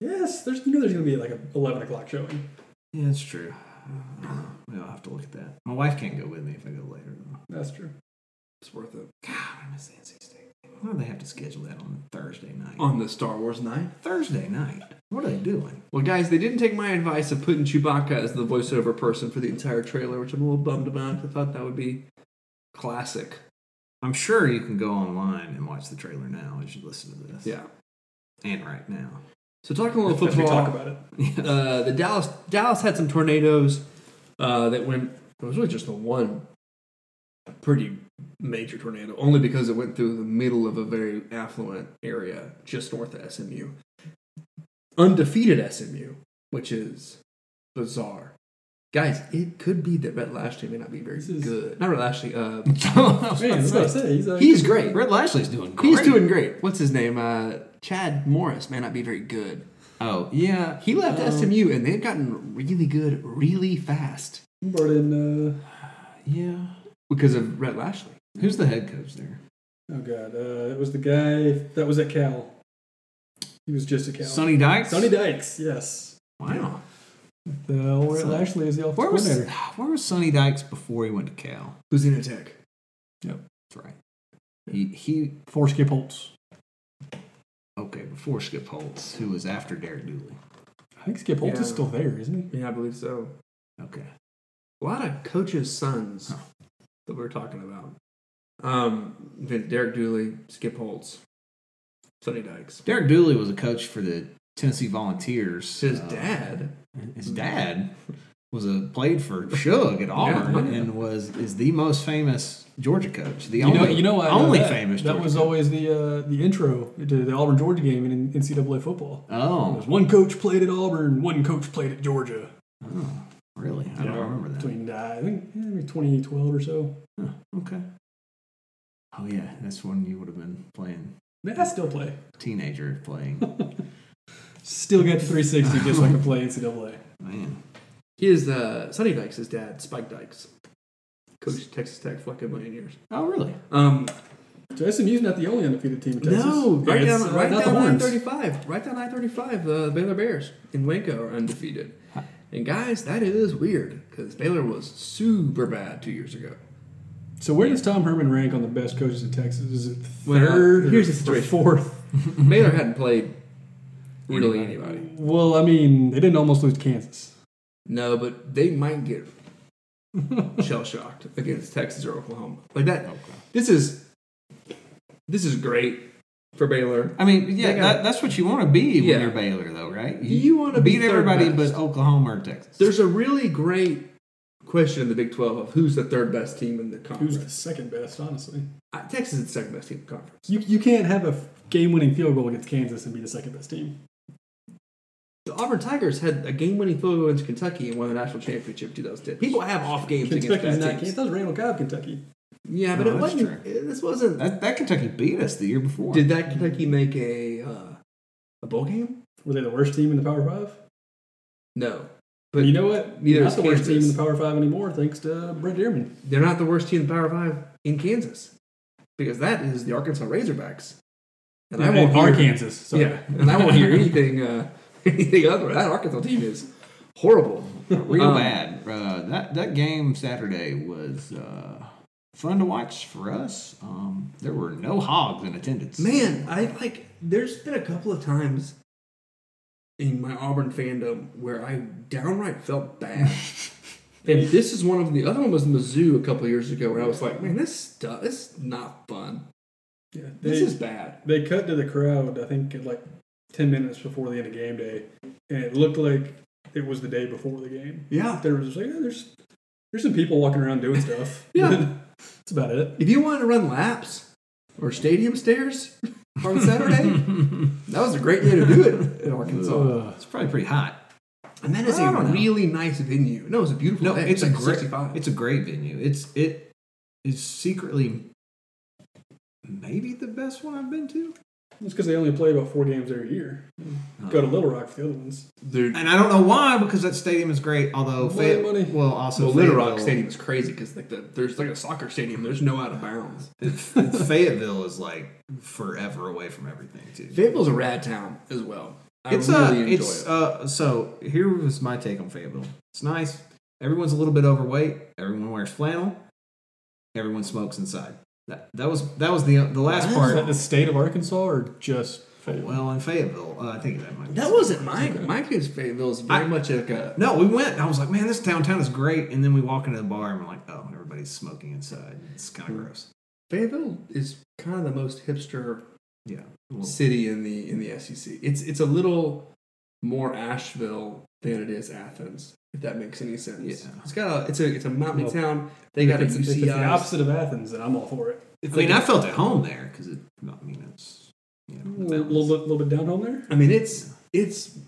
Speaker 8: Yes, there's you know there's gonna be like a eleven o'clock showing.
Speaker 9: Yeah, that's true. I don't know. Maybe Uh, I'll have to look at that. My wife can't go with me if I go later though.
Speaker 8: That's true.
Speaker 7: It's worth it.
Speaker 9: God, I miss the NC State. game. Why do they have to schedule that on Thursday night?
Speaker 7: On the Star Wars night.
Speaker 9: Thursday night. What are they doing?
Speaker 7: Well, guys, they didn't take my advice of putting Chewbacca as the voiceover person for the entire trailer, which I'm a little bummed about. 'cause I thought that would be classic.
Speaker 9: I'm sure you can go online and watch the trailer now as you listen to this.
Speaker 7: Yeah.
Speaker 9: And right now.
Speaker 7: So talking a little
Speaker 8: As we talk
Speaker 7: football,
Speaker 8: about it.
Speaker 7: uh, the Dallas Dallas had some tornadoes uh, that went. It was really just the one pretty major tornado, only because it went through the middle of a very affluent area just north of SMU. Undefeated SMU, which is bizarre. Guys, it could be that Red Lashley may not be very
Speaker 8: This is-
Speaker 7: good. Not Red Lashley. Uh,
Speaker 8: Man, that's what I say. He's, uh,
Speaker 7: he's great.
Speaker 9: Red Lashley's doing great.
Speaker 7: He's doing great. What's his name? Uh, Chad Morris may not be very good.
Speaker 9: Oh, yeah.
Speaker 7: He left SMU and they've gotten really good really fast
Speaker 8: brought in. Uh,
Speaker 9: Yeah.
Speaker 7: because of Red Lashley.
Speaker 9: Who's the head coach there?
Speaker 8: Oh god, uh, it was the guy that was at Cal. He was just at Cal.
Speaker 9: Sonny Dykes?
Speaker 8: Sonny Dykes, yes.
Speaker 9: Wow.
Speaker 8: The Orr Lashley is the offensive
Speaker 9: Where was,
Speaker 8: coordinator.
Speaker 9: where was Sonny Dykes before he went to Cal?
Speaker 7: Who's in attack?
Speaker 9: That's right. He, he
Speaker 8: For Skip Holtz.
Speaker 9: okay, before Skip Holtz, who was after Derek Dooley.
Speaker 8: I think Skip Holtz
Speaker 7: Yeah.
Speaker 8: is still there, isn't
Speaker 7: Yeah, I believe so.
Speaker 9: Okay.
Speaker 7: A lot of coaches' sons
Speaker 9: Huh.
Speaker 7: that we're talking about. Um, Vin- Derek Dooley, Skip Holtz, Sonny Dykes.
Speaker 9: Derek Dooley was a coach for the Tennessee Volunteers.
Speaker 7: His
Speaker 9: Uh,
Speaker 7: dad.
Speaker 9: His dad was a played for Shug at Auburn
Speaker 7: Yeah.
Speaker 9: and was is the most famous Georgia coach. The
Speaker 8: he?
Speaker 9: only
Speaker 8: why I
Speaker 9: only
Speaker 8: that.
Speaker 9: famous.
Speaker 8: That
Speaker 9: Georgia
Speaker 8: was
Speaker 9: coach.
Speaker 8: always the uh, the intro to the Auburn Georgia game in NCAA football. It was
Speaker 9: oh,
Speaker 8: one coach played at Auburn, one coach played at Georgia.
Speaker 9: oh, really? I don't remember that.
Speaker 8: Between uh, I think yeah, maybe 2012 or so.
Speaker 9: Huh, okay. Oh yeah, that's when you would have been playing
Speaker 8: Man, I still play.
Speaker 9: teenager playing.
Speaker 8: Still got the 360 just so I can play NCAA.
Speaker 9: Man,
Speaker 7: His uh, Sonny Dykes, his dad, Spike Dykes, coached Texas Tech for like a million years.
Speaker 9: oh really?
Speaker 7: Um,
Speaker 8: So SMU's not the only undefeated team in Texas.
Speaker 7: No, right
Speaker 8: It's,
Speaker 7: down,
Speaker 8: uh,
Speaker 7: right
Speaker 8: not
Speaker 7: down
Speaker 8: the
Speaker 7: I
Speaker 8: Horns.
Speaker 7: thirty five, right down I thirty five. The Baylor Bears in Waco are undefeated, and guys, that is weird because Baylor was super bad two years ago.
Speaker 8: So where does Tom Herman rank on the best coaches in Texas? Is it
Speaker 7: Well,
Speaker 8: third? or-
Speaker 7: here's the
Speaker 8: or
Speaker 7: situation.
Speaker 8: Fourth.
Speaker 7: Baylor hadn't played really Mm-hmm. anybody.
Speaker 8: Well, I mean, they didn't almost lose to Kansas.
Speaker 7: No, but they might get shell shocked against Texas or Oklahoma like that. This is This is great for Baylor.
Speaker 9: I mean, yeah,
Speaker 7: They got-
Speaker 9: that, that's what you want to be
Speaker 7: Yeah.
Speaker 9: when you're Baylor, though, right?
Speaker 7: You wanna be
Speaker 9: beat
Speaker 7: third
Speaker 9: everybody
Speaker 7: best.
Speaker 9: but Oklahoma or Texas.
Speaker 7: There's a really great question in the Big 12 of who's the third best team in the conference.
Speaker 8: Who's the second best, honestly?
Speaker 7: Uh, Texas is the second best team in the conference.
Speaker 8: You, you can't have a game winning field goal against Kansas and be the second best team.
Speaker 7: The Auburn Tigers had a game-winning field goal against Kentucky and won the national championship in 2010. People have off games
Speaker 8: Kentucky's
Speaker 7: against
Speaker 8: not
Speaker 7: bad
Speaker 8: Kansas.
Speaker 7: teams.
Speaker 8: That was Randall Cobb, Kentucky.
Speaker 7: Yeah, but
Speaker 9: No,
Speaker 7: it
Speaker 9: that's
Speaker 7: wasn't.
Speaker 9: true.
Speaker 7: it- This wasn't.
Speaker 9: that, that Kentucky beat us the year before.
Speaker 7: Did that Kentucky make a uh, a bowl game?
Speaker 8: Were they the worst team in the Power Five?
Speaker 7: No,
Speaker 8: But you know what?
Speaker 7: neither
Speaker 8: They're
Speaker 7: is
Speaker 8: not the worst team in
Speaker 7: Kansas.
Speaker 8: the Power Five anymore, thanks to Brett Dearman.
Speaker 7: They're not the worst team in the Power Five in Kansas because that is the Arkansas Razorbacks. And
Speaker 8: Yeah, and Arkansas, sorry.
Speaker 7: Yeah, and I won't hear anything uh, anything other. That Arkansas team is horrible.
Speaker 9: Real
Speaker 7: Um,
Speaker 9: bad. Uh, that that game Saturday was uh, fun to watch for us. Um, there were no hogs in attendance.
Speaker 7: Man, I like. There's been a couple of times in my Auburn fandom where I downright felt bad. and this is one of them. the other one was Mizzou a couple of years ago, where I was like, man, this stuff this is not fun.
Speaker 8: Yeah,
Speaker 7: This
Speaker 8: they-
Speaker 7: is bad.
Speaker 8: They cut to the crowd, I think, at like 10 minutes before the end of game day, and it looked like it was the day before the game.
Speaker 7: Yeah.
Speaker 8: There was just like, "Yeah, there's, there's some people walking around doing stuff.
Speaker 7: Yeah.
Speaker 8: That's about it.
Speaker 7: If you wanted to run laps or stadium stairs on Saturday, that was a great day to do it in Arkansas.
Speaker 9: it's probably pretty hot.
Speaker 7: And that is
Speaker 9: I
Speaker 7: a
Speaker 9: don't know.
Speaker 7: really nice venue. No, it's a beautiful.
Speaker 9: No,
Speaker 7: day.
Speaker 9: it's a
Speaker 7: like
Speaker 9: great.
Speaker 7: 65.
Speaker 9: It's a great venue. It's it is secretly maybe the best one I've been to.
Speaker 8: It's because they only play about four games every year.
Speaker 7: Oh.
Speaker 8: Go to Little Rock for the other ones.
Speaker 7: Dude,
Speaker 9: And I don't know why, because that stadium is great. Although,
Speaker 8: Money,
Speaker 9: Fay-
Speaker 8: money.
Speaker 9: well, also
Speaker 7: Well, Little Rock
Speaker 9: Fayetteville-
Speaker 7: Stadium is crazy because like the, there's like a soccer stadium. There's no out of bounds.
Speaker 9: Fayetteville is like forever away from everything too.
Speaker 7: Fayetteville's a rad town as well. I
Speaker 9: it's
Speaker 7: really
Speaker 9: uh,
Speaker 7: enjoy
Speaker 9: it's
Speaker 7: it.
Speaker 9: uh, so here was my take on Fayetteville. It's nice. Everyone's a little bit overweight. Everyone wears flannel. Everyone smokes inside. That, that was that was the the last
Speaker 8: Is that
Speaker 9: part.
Speaker 8: the state of Arkansas or just
Speaker 9: Well, in Fayetteville, uh, I think that might. be-
Speaker 7: that wasn't my my kids. Fayetteville is very much like a
Speaker 9: No, we went. and I was like, man, this downtown is great. And then we walk into the bar and we're like, oh, everybody's smoking inside. It's kind
Speaker 7: Hmm.
Speaker 9: of gross.
Speaker 7: Fayetteville is kind of the most hipster
Speaker 9: Yeah. Well,
Speaker 7: city in the in the SEC. It's it's a little more Asheville than it is Athens. If that makes any sense.
Speaker 9: Yeah.
Speaker 7: It's got a it's a it's a mountain
Speaker 8: Well,
Speaker 7: town. They got a
Speaker 8: if it's, if it's the
Speaker 7: UCI.
Speaker 8: opposite of Athens, then I'm all for it.
Speaker 9: I mean, I felt at home there because it. I mean, it's you
Speaker 8: A
Speaker 9: know,
Speaker 8: little, little, bit- little bit down home there.
Speaker 7: I mean, it's it's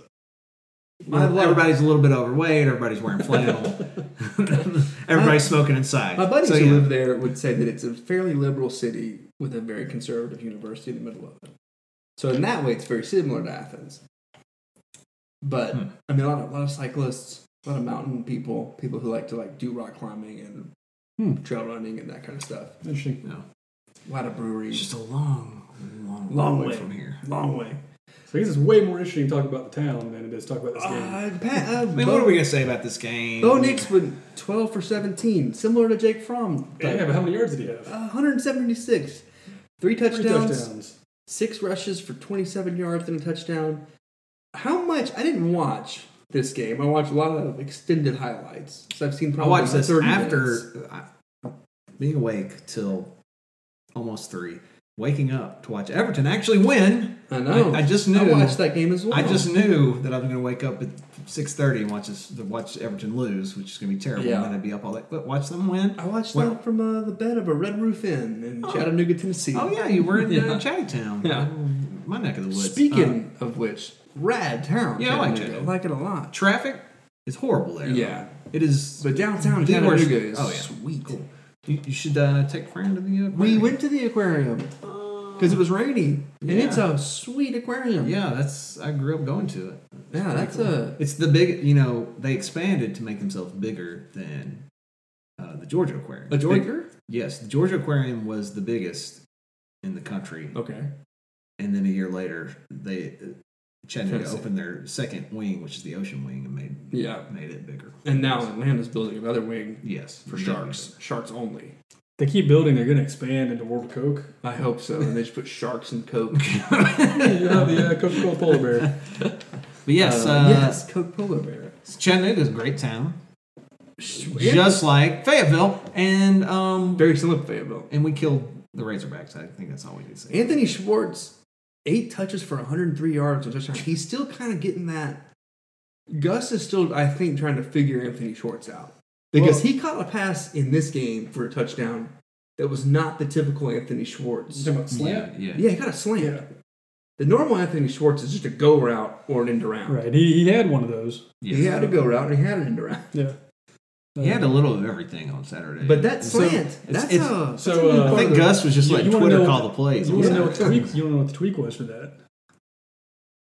Speaker 7: I love-
Speaker 9: everybody's a little bit overweight. Everybody's wearing flannel. everybody's smoking inside.
Speaker 7: My buddies
Speaker 9: So,
Speaker 7: who
Speaker 9: yeah.
Speaker 7: live there would say that it's a fairly liberal city with a very conservative university in the middle of it. So in that way, it's very similar to Athens. But
Speaker 9: Hmm.
Speaker 7: I mean, a lot of, a lot of cyclists, a lot of mountain people, people who like to like do rock climbing and
Speaker 9: Hmm.
Speaker 7: trail running and that kind of stuff.
Speaker 8: Interesting.
Speaker 9: No,
Speaker 7: A lot of breweries.
Speaker 9: it's just a long, long,
Speaker 7: Long
Speaker 9: long way,
Speaker 7: way.
Speaker 9: from here.
Speaker 7: long way.
Speaker 8: So I guess it's way more interesting to talk about the town than it is to talk about this game.
Speaker 7: Uh, Pat, uh,
Speaker 9: I mean,
Speaker 7: Bo,
Speaker 9: what are we gonna say about this game?
Speaker 7: Bo Nix went twelve for seventeen, similar to Jake Fromm.
Speaker 8: Yeah, but how many yards did he have?
Speaker 7: Uh, 176, three
Speaker 8: Three
Speaker 7: touchdowns. six rushes for 27 yards and a touchdown. How much? I didn't watch this game. I watched a lot of extended highlights. So I've seen
Speaker 9: I
Speaker 7: probably
Speaker 9: watched
Speaker 7: about
Speaker 9: this
Speaker 7: 30 minutes.
Speaker 9: after I, being awake till almost three. Waking up to watch Everton actually win.
Speaker 7: I know.
Speaker 9: I, I just knew.
Speaker 7: I watched that game as well.
Speaker 9: I just knew that I was going to wake up at six thirty and watch this, watch Everton lose, which is going to be terrible.
Speaker 7: Yeah.
Speaker 9: And then I'd be up all night. But watch them win.
Speaker 7: I watched
Speaker 9: Well-
Speaker 7: that from uh, the bed of a Red Roof Inn in Chattanooga, Tennessee.
Speaker 9: Oh yeah, you were in
Speaker 7: Yeah.
Speaker 9: uh, Chattytown.
Speaker 7: Yeah.
Speaker 9: my neck of the woods. Uh,
Speaker 7: Speaking of which, rad town.
Speaker 9: Yeah, I like
Speaker 7: Chattanooga.
Speaker 9: Chattanooga.
Speaker 7: I like it a lot.
Speaker 9: traffic is horrible there.
Speaker 7: Yeah.
Speaker 9: it is.
Speaker 7: But downtown
Speaker 9: the
Speaker 7: Chattanooga
Speaker 9: worst-
Speaker 7: is
Speaker 9: oh, yeah.
Speaker 7: sweet.
Speaker 9: Cool. You, you should uh, take Fran to the. Uh,
Speaker 7: We
Speaker 9: aquarium.
Speaker 7: went to the aquarium
Speaker 9: Uh,
Speaker 7: because it was rainy, and it's a sweet aquarium.
Speaker 9: Yeah, that's. I grew up going to it.
Speaker 7: yeah, that's a
Speaker 9: It's the big. You know, they expanded to make themselves bigger than uh, the Georgia Aquarium.
Speaker 7: a
Speaker 9: Big-
Speaker 7: Georgia.
Speaker 9: Yes, the Georgia Aquarium was the biggest in the country,
Speaker 7: Okay.
Speaker 9: and then a year later, they uh, Chattanooga
Speaker 7: Tennessee.
Speaker 9: opened their second wing, which is the ocean wing, and made
Speaker 7: Yeah.
Speaker 9: made it bigger.
Speaker 7: And now Atlanta's building another wing
Speaker 9: Yes,
Speaker 7: for sharks. Sharks only.
Speaker 8: They keep building. They're going to expand into World of Coke.
Speaker 7: I hope so. And they just put sharks and Coke.
Speaker 8: You have the uh, Coca-Cola polar bear.
Speaker 9: But yes, uh,
Speaker 7: yes, Coke Polar Bear.
Speaker 9: Chattanooga's a great town, just like Fayetteville, and um,
Speaker 7: um, Very similar to Fayetteville.
Speaker 9: and we killed the Razorbacks. I think that's all we need to say.
Speaker 7: Anthony Schwartz, eight touches for 103 yards on touchdown. He's still kind of getting that. Gus is still, I think, trying to figure Anthony Schwartz out because
Speaker 8: Well-
Speaker 7: he caught a pass in this game for a touchdown that was not the typical Anthony Schwartz.
Speaker 8: talking about slant?
Speaker 9: yeah.
Speaker 7: Yeah, he got a slant.
Speaker 8: Yeah.
Speaker 7: The normal Anthony Schwartz is just a go route or an end around.
Speaker 8: Right. He, he had one of those.
Speaker 9: Yeah.
Speaker 7: He had a go route and he had an end around.
Speaker 8: Yeah. Uh,
Speaker 9: He had a little of everything on Saturday.
Speaker 7: But that
Speaker 9: So-
Speaker 7: slant,
Speaker 9: it's-
Speaker 7: that's
Speaker 9: it's-
Speaker 7: a.
Speaker 8: so,
Speaker 7: that's a big
Speaker 8: uh,
Speaker 7: part
Speaker 9: I think
Speaker 7: of the-
Speaker 9: Gus was just
Speaker 8: You-
Speaker 9: like
Speaker 8: you wanna
Speaker 9: Twitter
Speaker 8: know-
Speaker 9: call the plays.
Speaker 8: You want to
Speaker 9: Yeah.
Speaker 8: know what the tweak? You want to know what the tweak was for that?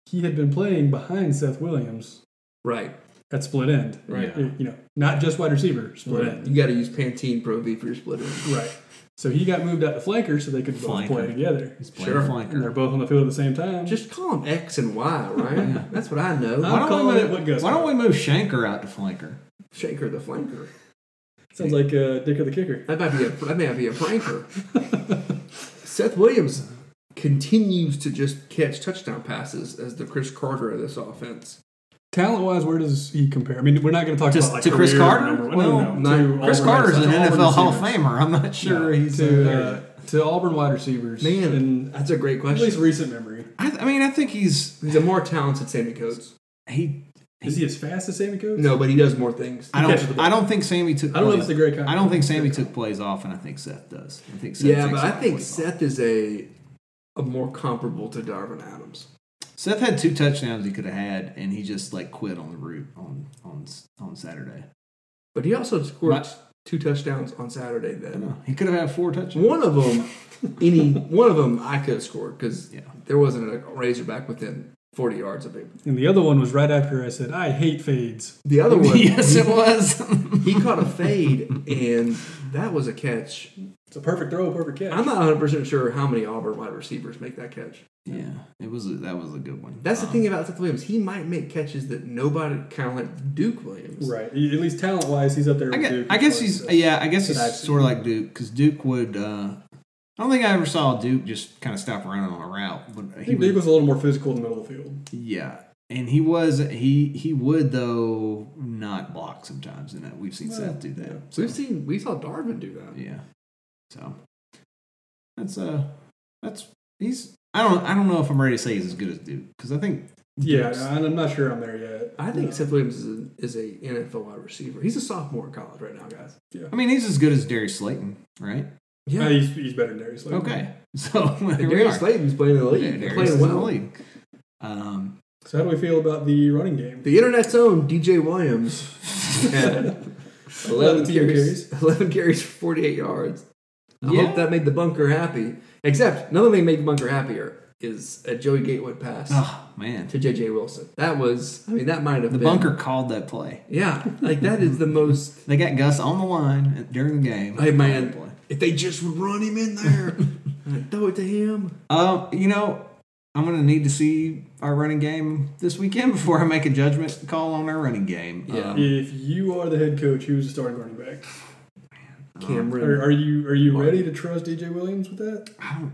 Speaker 8: He had been playing behind Seth Williams
Speaker 7: Right.
Speaker 8: at split end.
Speaker 9: Right.
Speaker 8: You you know, not just wide receiver, split end.
Speaker 7: You got to use Pantene Pro V for your splitter.
Speaker 8: Right. So he got moved out to flanker so they could both play
Speaker 9: Flanker.
Speaker 8: together.
Speaker 9: He's playing
Speaker 7: Sure.
Speaker 9: flanker.
Speaker 8: And they're both on the field at the same time.
Speaker 7: Just call them X and Y, right? That's what I know.
Speaker 8: I'm
Speaker 9: Why don't, we
Speaker 8: calling it
Speaker 9: move,
Speaker 8: what Gus
Speaker 9: why don't we
Speaker 8: called.
Speaker 9: move Shanker out to flanker?
Speaker 7: Shaker the flanker.
Speaker 8: sounds like uh, Dick of the Kicker.
Speaker 7: That might be a that might be a pranker. Seth Williams continues to just catch touchdown passes as the Chris Carter of this offense.
Speaker 8: Talent wise, where does he compare? I mean, we're not going to talk
Speaker 9: Just
Speaker 8: about like
Speaker 9: to Chris
Speaker 8: career
Speaker 9: Carter?
Speaker 8: Number,
Speaker 9: Well,
Speaker 8: well, no,
Speaker 7: not-
Speaker 8: to
Speaker 9: Chris
Speaker 8: Auburn-
Speaker 9: Carter's
Speaker 8: to
Speaker 9: an
Speaker 8: Auburn
Speaker 9: NFL Hall of
Speaker 8: receivers.
Speaker 9: Famer. I'm not sure he's
Speaker 8: to,
Speaker 9: there
Speaker 8: uh,
Speaker 9: yet.
Speaker 8: to Auburn wide receivers.
Speaker 7: Man,
Speaker 8: in
Speaker 7: that's a great
Speaker 8: at least
Speaker 7: question.
Speaker 8: recent memory.
Speaker 9: I, th- I mean, I think he's
Speaker 7: He's a more talented Sammy Coates.
Speaker 9: he.
Speaker 8: Is he as fast as Sammy Coates?
Speaker 7: No, but he does more things.
Speaker 9: I
Speaker 8: catches the
Speaker 9: don't.
Speaker 8: ball.
Speaker 9: I don't think Sammy took.
Speaker 8: I don't know if
Speaker 9: plays-
Speaker 8: it's a great
Speaker 9: I don't
Speaker 8: contract.
Speaker 9: think Sammy took plays off, and I think Seth does. I think. Seth
Speaker 7: yeah,
Speaker 9: takes
Speaker 7: but I
Speaker 9: off
Speaker 7: think
Speaker 9: plays off.
Speaker 7: Seth is a a more comparable to Darvin Adams.
Speaker 9: Seth had two touchdowns he could have had, and he just like quit on the route on on on Saturday.
Speaker 7: But he also scored
Speaker 9: My-
Speaker 7: two touchdowns on Saturday.
Speaker 9: I
Speaker 7: Then
Speaker 9: know. He could have had four touchdowns.
Speaker 7: one of them, any one of them, I could have scored because
Speaker 9: Yeah.
Speaker 7: there wasn't a Razorback within 40 yards of him.
Speaker 8: And the other one was right after I said, I hate fades.
Speaker 7: The other one,
Speaker 9: yes, it was.
Speaker 7: he caught a fade, and that was a catch.
Speaker 8: It's a perfect throw, perfect catch.
Speaker 7: I'm not 100 percent sure how many Auburn wide receivers make that catch.
Speaker 9: yeah, it was. A, that was a good one.
Speaker 7: That's the
Speaker 9: Um,
Speaker 7: thing about Seth Williams; he might make catches that nobody, kind of like Duke Williams.
Speaker 8: right. At least talent wise, he's up there
Speaker 9: I
Speaker 8: with
Speaker 9: guess,
Speaker 8: Duke.
Speaker 9: I guess
Speaker 8: as
Speaker 9: he's
Speaker 8: far as, uh,
Speaker 9: yeah. I guess
Speaker 8: that I've
Speaker 9: he's
Speaker 8: seen.
Speaker 9: sort of like Duke because Duke would. Uh, I don't think I ever saw Duke just kind of stop running on a route, but
Speaker 8: I
Speaker 9: he
Speaker 8: think Duke
Speaker 9: would,
Speaker 8: was a little more physical in the middle of the field.
Speaker 9: yeah, and he was he he would though not block sometimes, and that- we've seen Seth do that. So
Speaker 7: We've seen, we saw Darvin do that.
Speaker 9: yeah, so that's uh that's he's I don't I don't know if I'm ready to say he's as good as Duke because I think
Speaker 8: Yeah,
Speaker 9: Duke's-
Speaker 8: and I'm not sure I'm there yet.
Speaker 7: I think
Speaker 8: No.
Speaker 7: Seth Williams is a, is a NFL wide receiver. He's a sophomore in college right now, guys.
Speaker 9: I mean he's as good as Darius Slayton, right?
Speaker 7: Mm-hmm.
Speaker 8: Uh,
Speaker 7: Yeah,
Speaker 8: he's, he's better than Darius. Slay.
Speaker 9: Okay, so here we
Speaker 7: Darius
Speaker 9: are.
Speaker 7: Slayton's playing in the league.
Speaker 9: Yeah,
Speaker 7: They're
Speaker 9: Darius is
Speaker 7: playing
Speaker 9: in the
Speaker 7: well.
Speaker 9: league. Um,
Speaker 8: So how do we feel about the running game?
Speaker 7: The internet's own DJ Williams had 11
Speaker 8: team
Speaker 7: carries, 11 carries for 48 yards. I
Speaker 9: Yeah.
Speaker 7: hope that made the bunker happy. Except, another thing that made the bunker happier is a Joey Gatewood pass
Speaker 9: Oh man,
Speaker 7: to JJ Wilson. That was, I mean, that might have
Speaker 9: the
Speaker 7: been.
Speaker 9: bunker called that play.
Speaker 7: Yeah, like that is the most.
Speaker 9: They got Gus on the line during the game. Called
Speaker 7: Hey,
Speaker 9: that play.
Speaker 7: man, if they just would run him in there, and throw it to him.
Speaker 9: Um, you know, I'm gonna need to see our running game this weekend before I make a judgment call on our running game.
Speaker 7: Yeah.
Speaker 9: Um,
Speaker 8: If you are the head coach, who's the starting running back?
Speaker 7: Cameron.
Speaker 8: Are, are you are you ready to trust DJ Williams with that?
Speaker 9: I don't.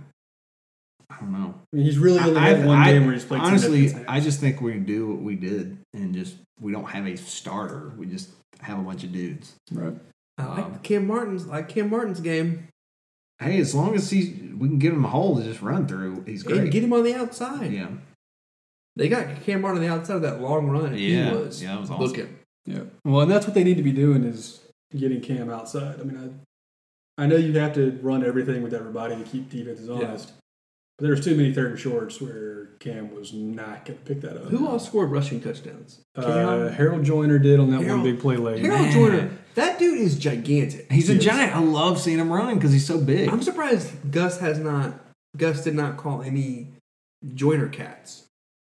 Speaker 9: I don't know.
Speaker 8: I mean, he's really only had
Speaker 9: I've-
Speaker 8: one
Speaker 9: I-
Speaker 8: game where he's played.
Speaker 9: honestly.
Speaker 8: significant
Speaker 9: I
Speaker 8: snaps.
Speaker 9: just think we can do what we did and just we don't have a starter. We just have a bunch of dudes.
Speaker 8: right.
Speaker 7: I
Speaker 9: Um,
Speaker 7: like Cam Martin's. I like Cam Martin's game.
Speaker 9: Hey, as long as he we can give him a hole to just run through, he's
Speaker 7: And
Speaker 9: great.
Speaker 7: get him on the outside.
Speaker 9: yeah.
Speaker 7: They got Cam Martin on the outside of that long run. and
Speaker 9: Yeah.
Speaker 7: He was
Speaker 9: Yeah, that was awesome.
Speaker 7: looking.
Speaker 8: Yeah. Well, and that's what they need to be doing is getting Cam outside. I mean, I, I know you have to run everything with everybody to keep defenses honest, but there was too many third and shorts where Cam was not going to pick that up.
Speaker 7: Who all scored rushing touchdowns?
Speaker 8: Uh, Harold Joyner did on that
Speaker 7: Harold-
Speaker 8: one big play late.
Speaker 7: Harold
Speaker 9: Man.
Speaker 7: Joyner. That dude is gigantic.
Speaker 9: He's a
Speaker 8: Yes.
Speaker 9: giant. I love seeing him run because he's so big.
Speaker 7: I'm surprised Gus has not. Gus did not call any Joyner cats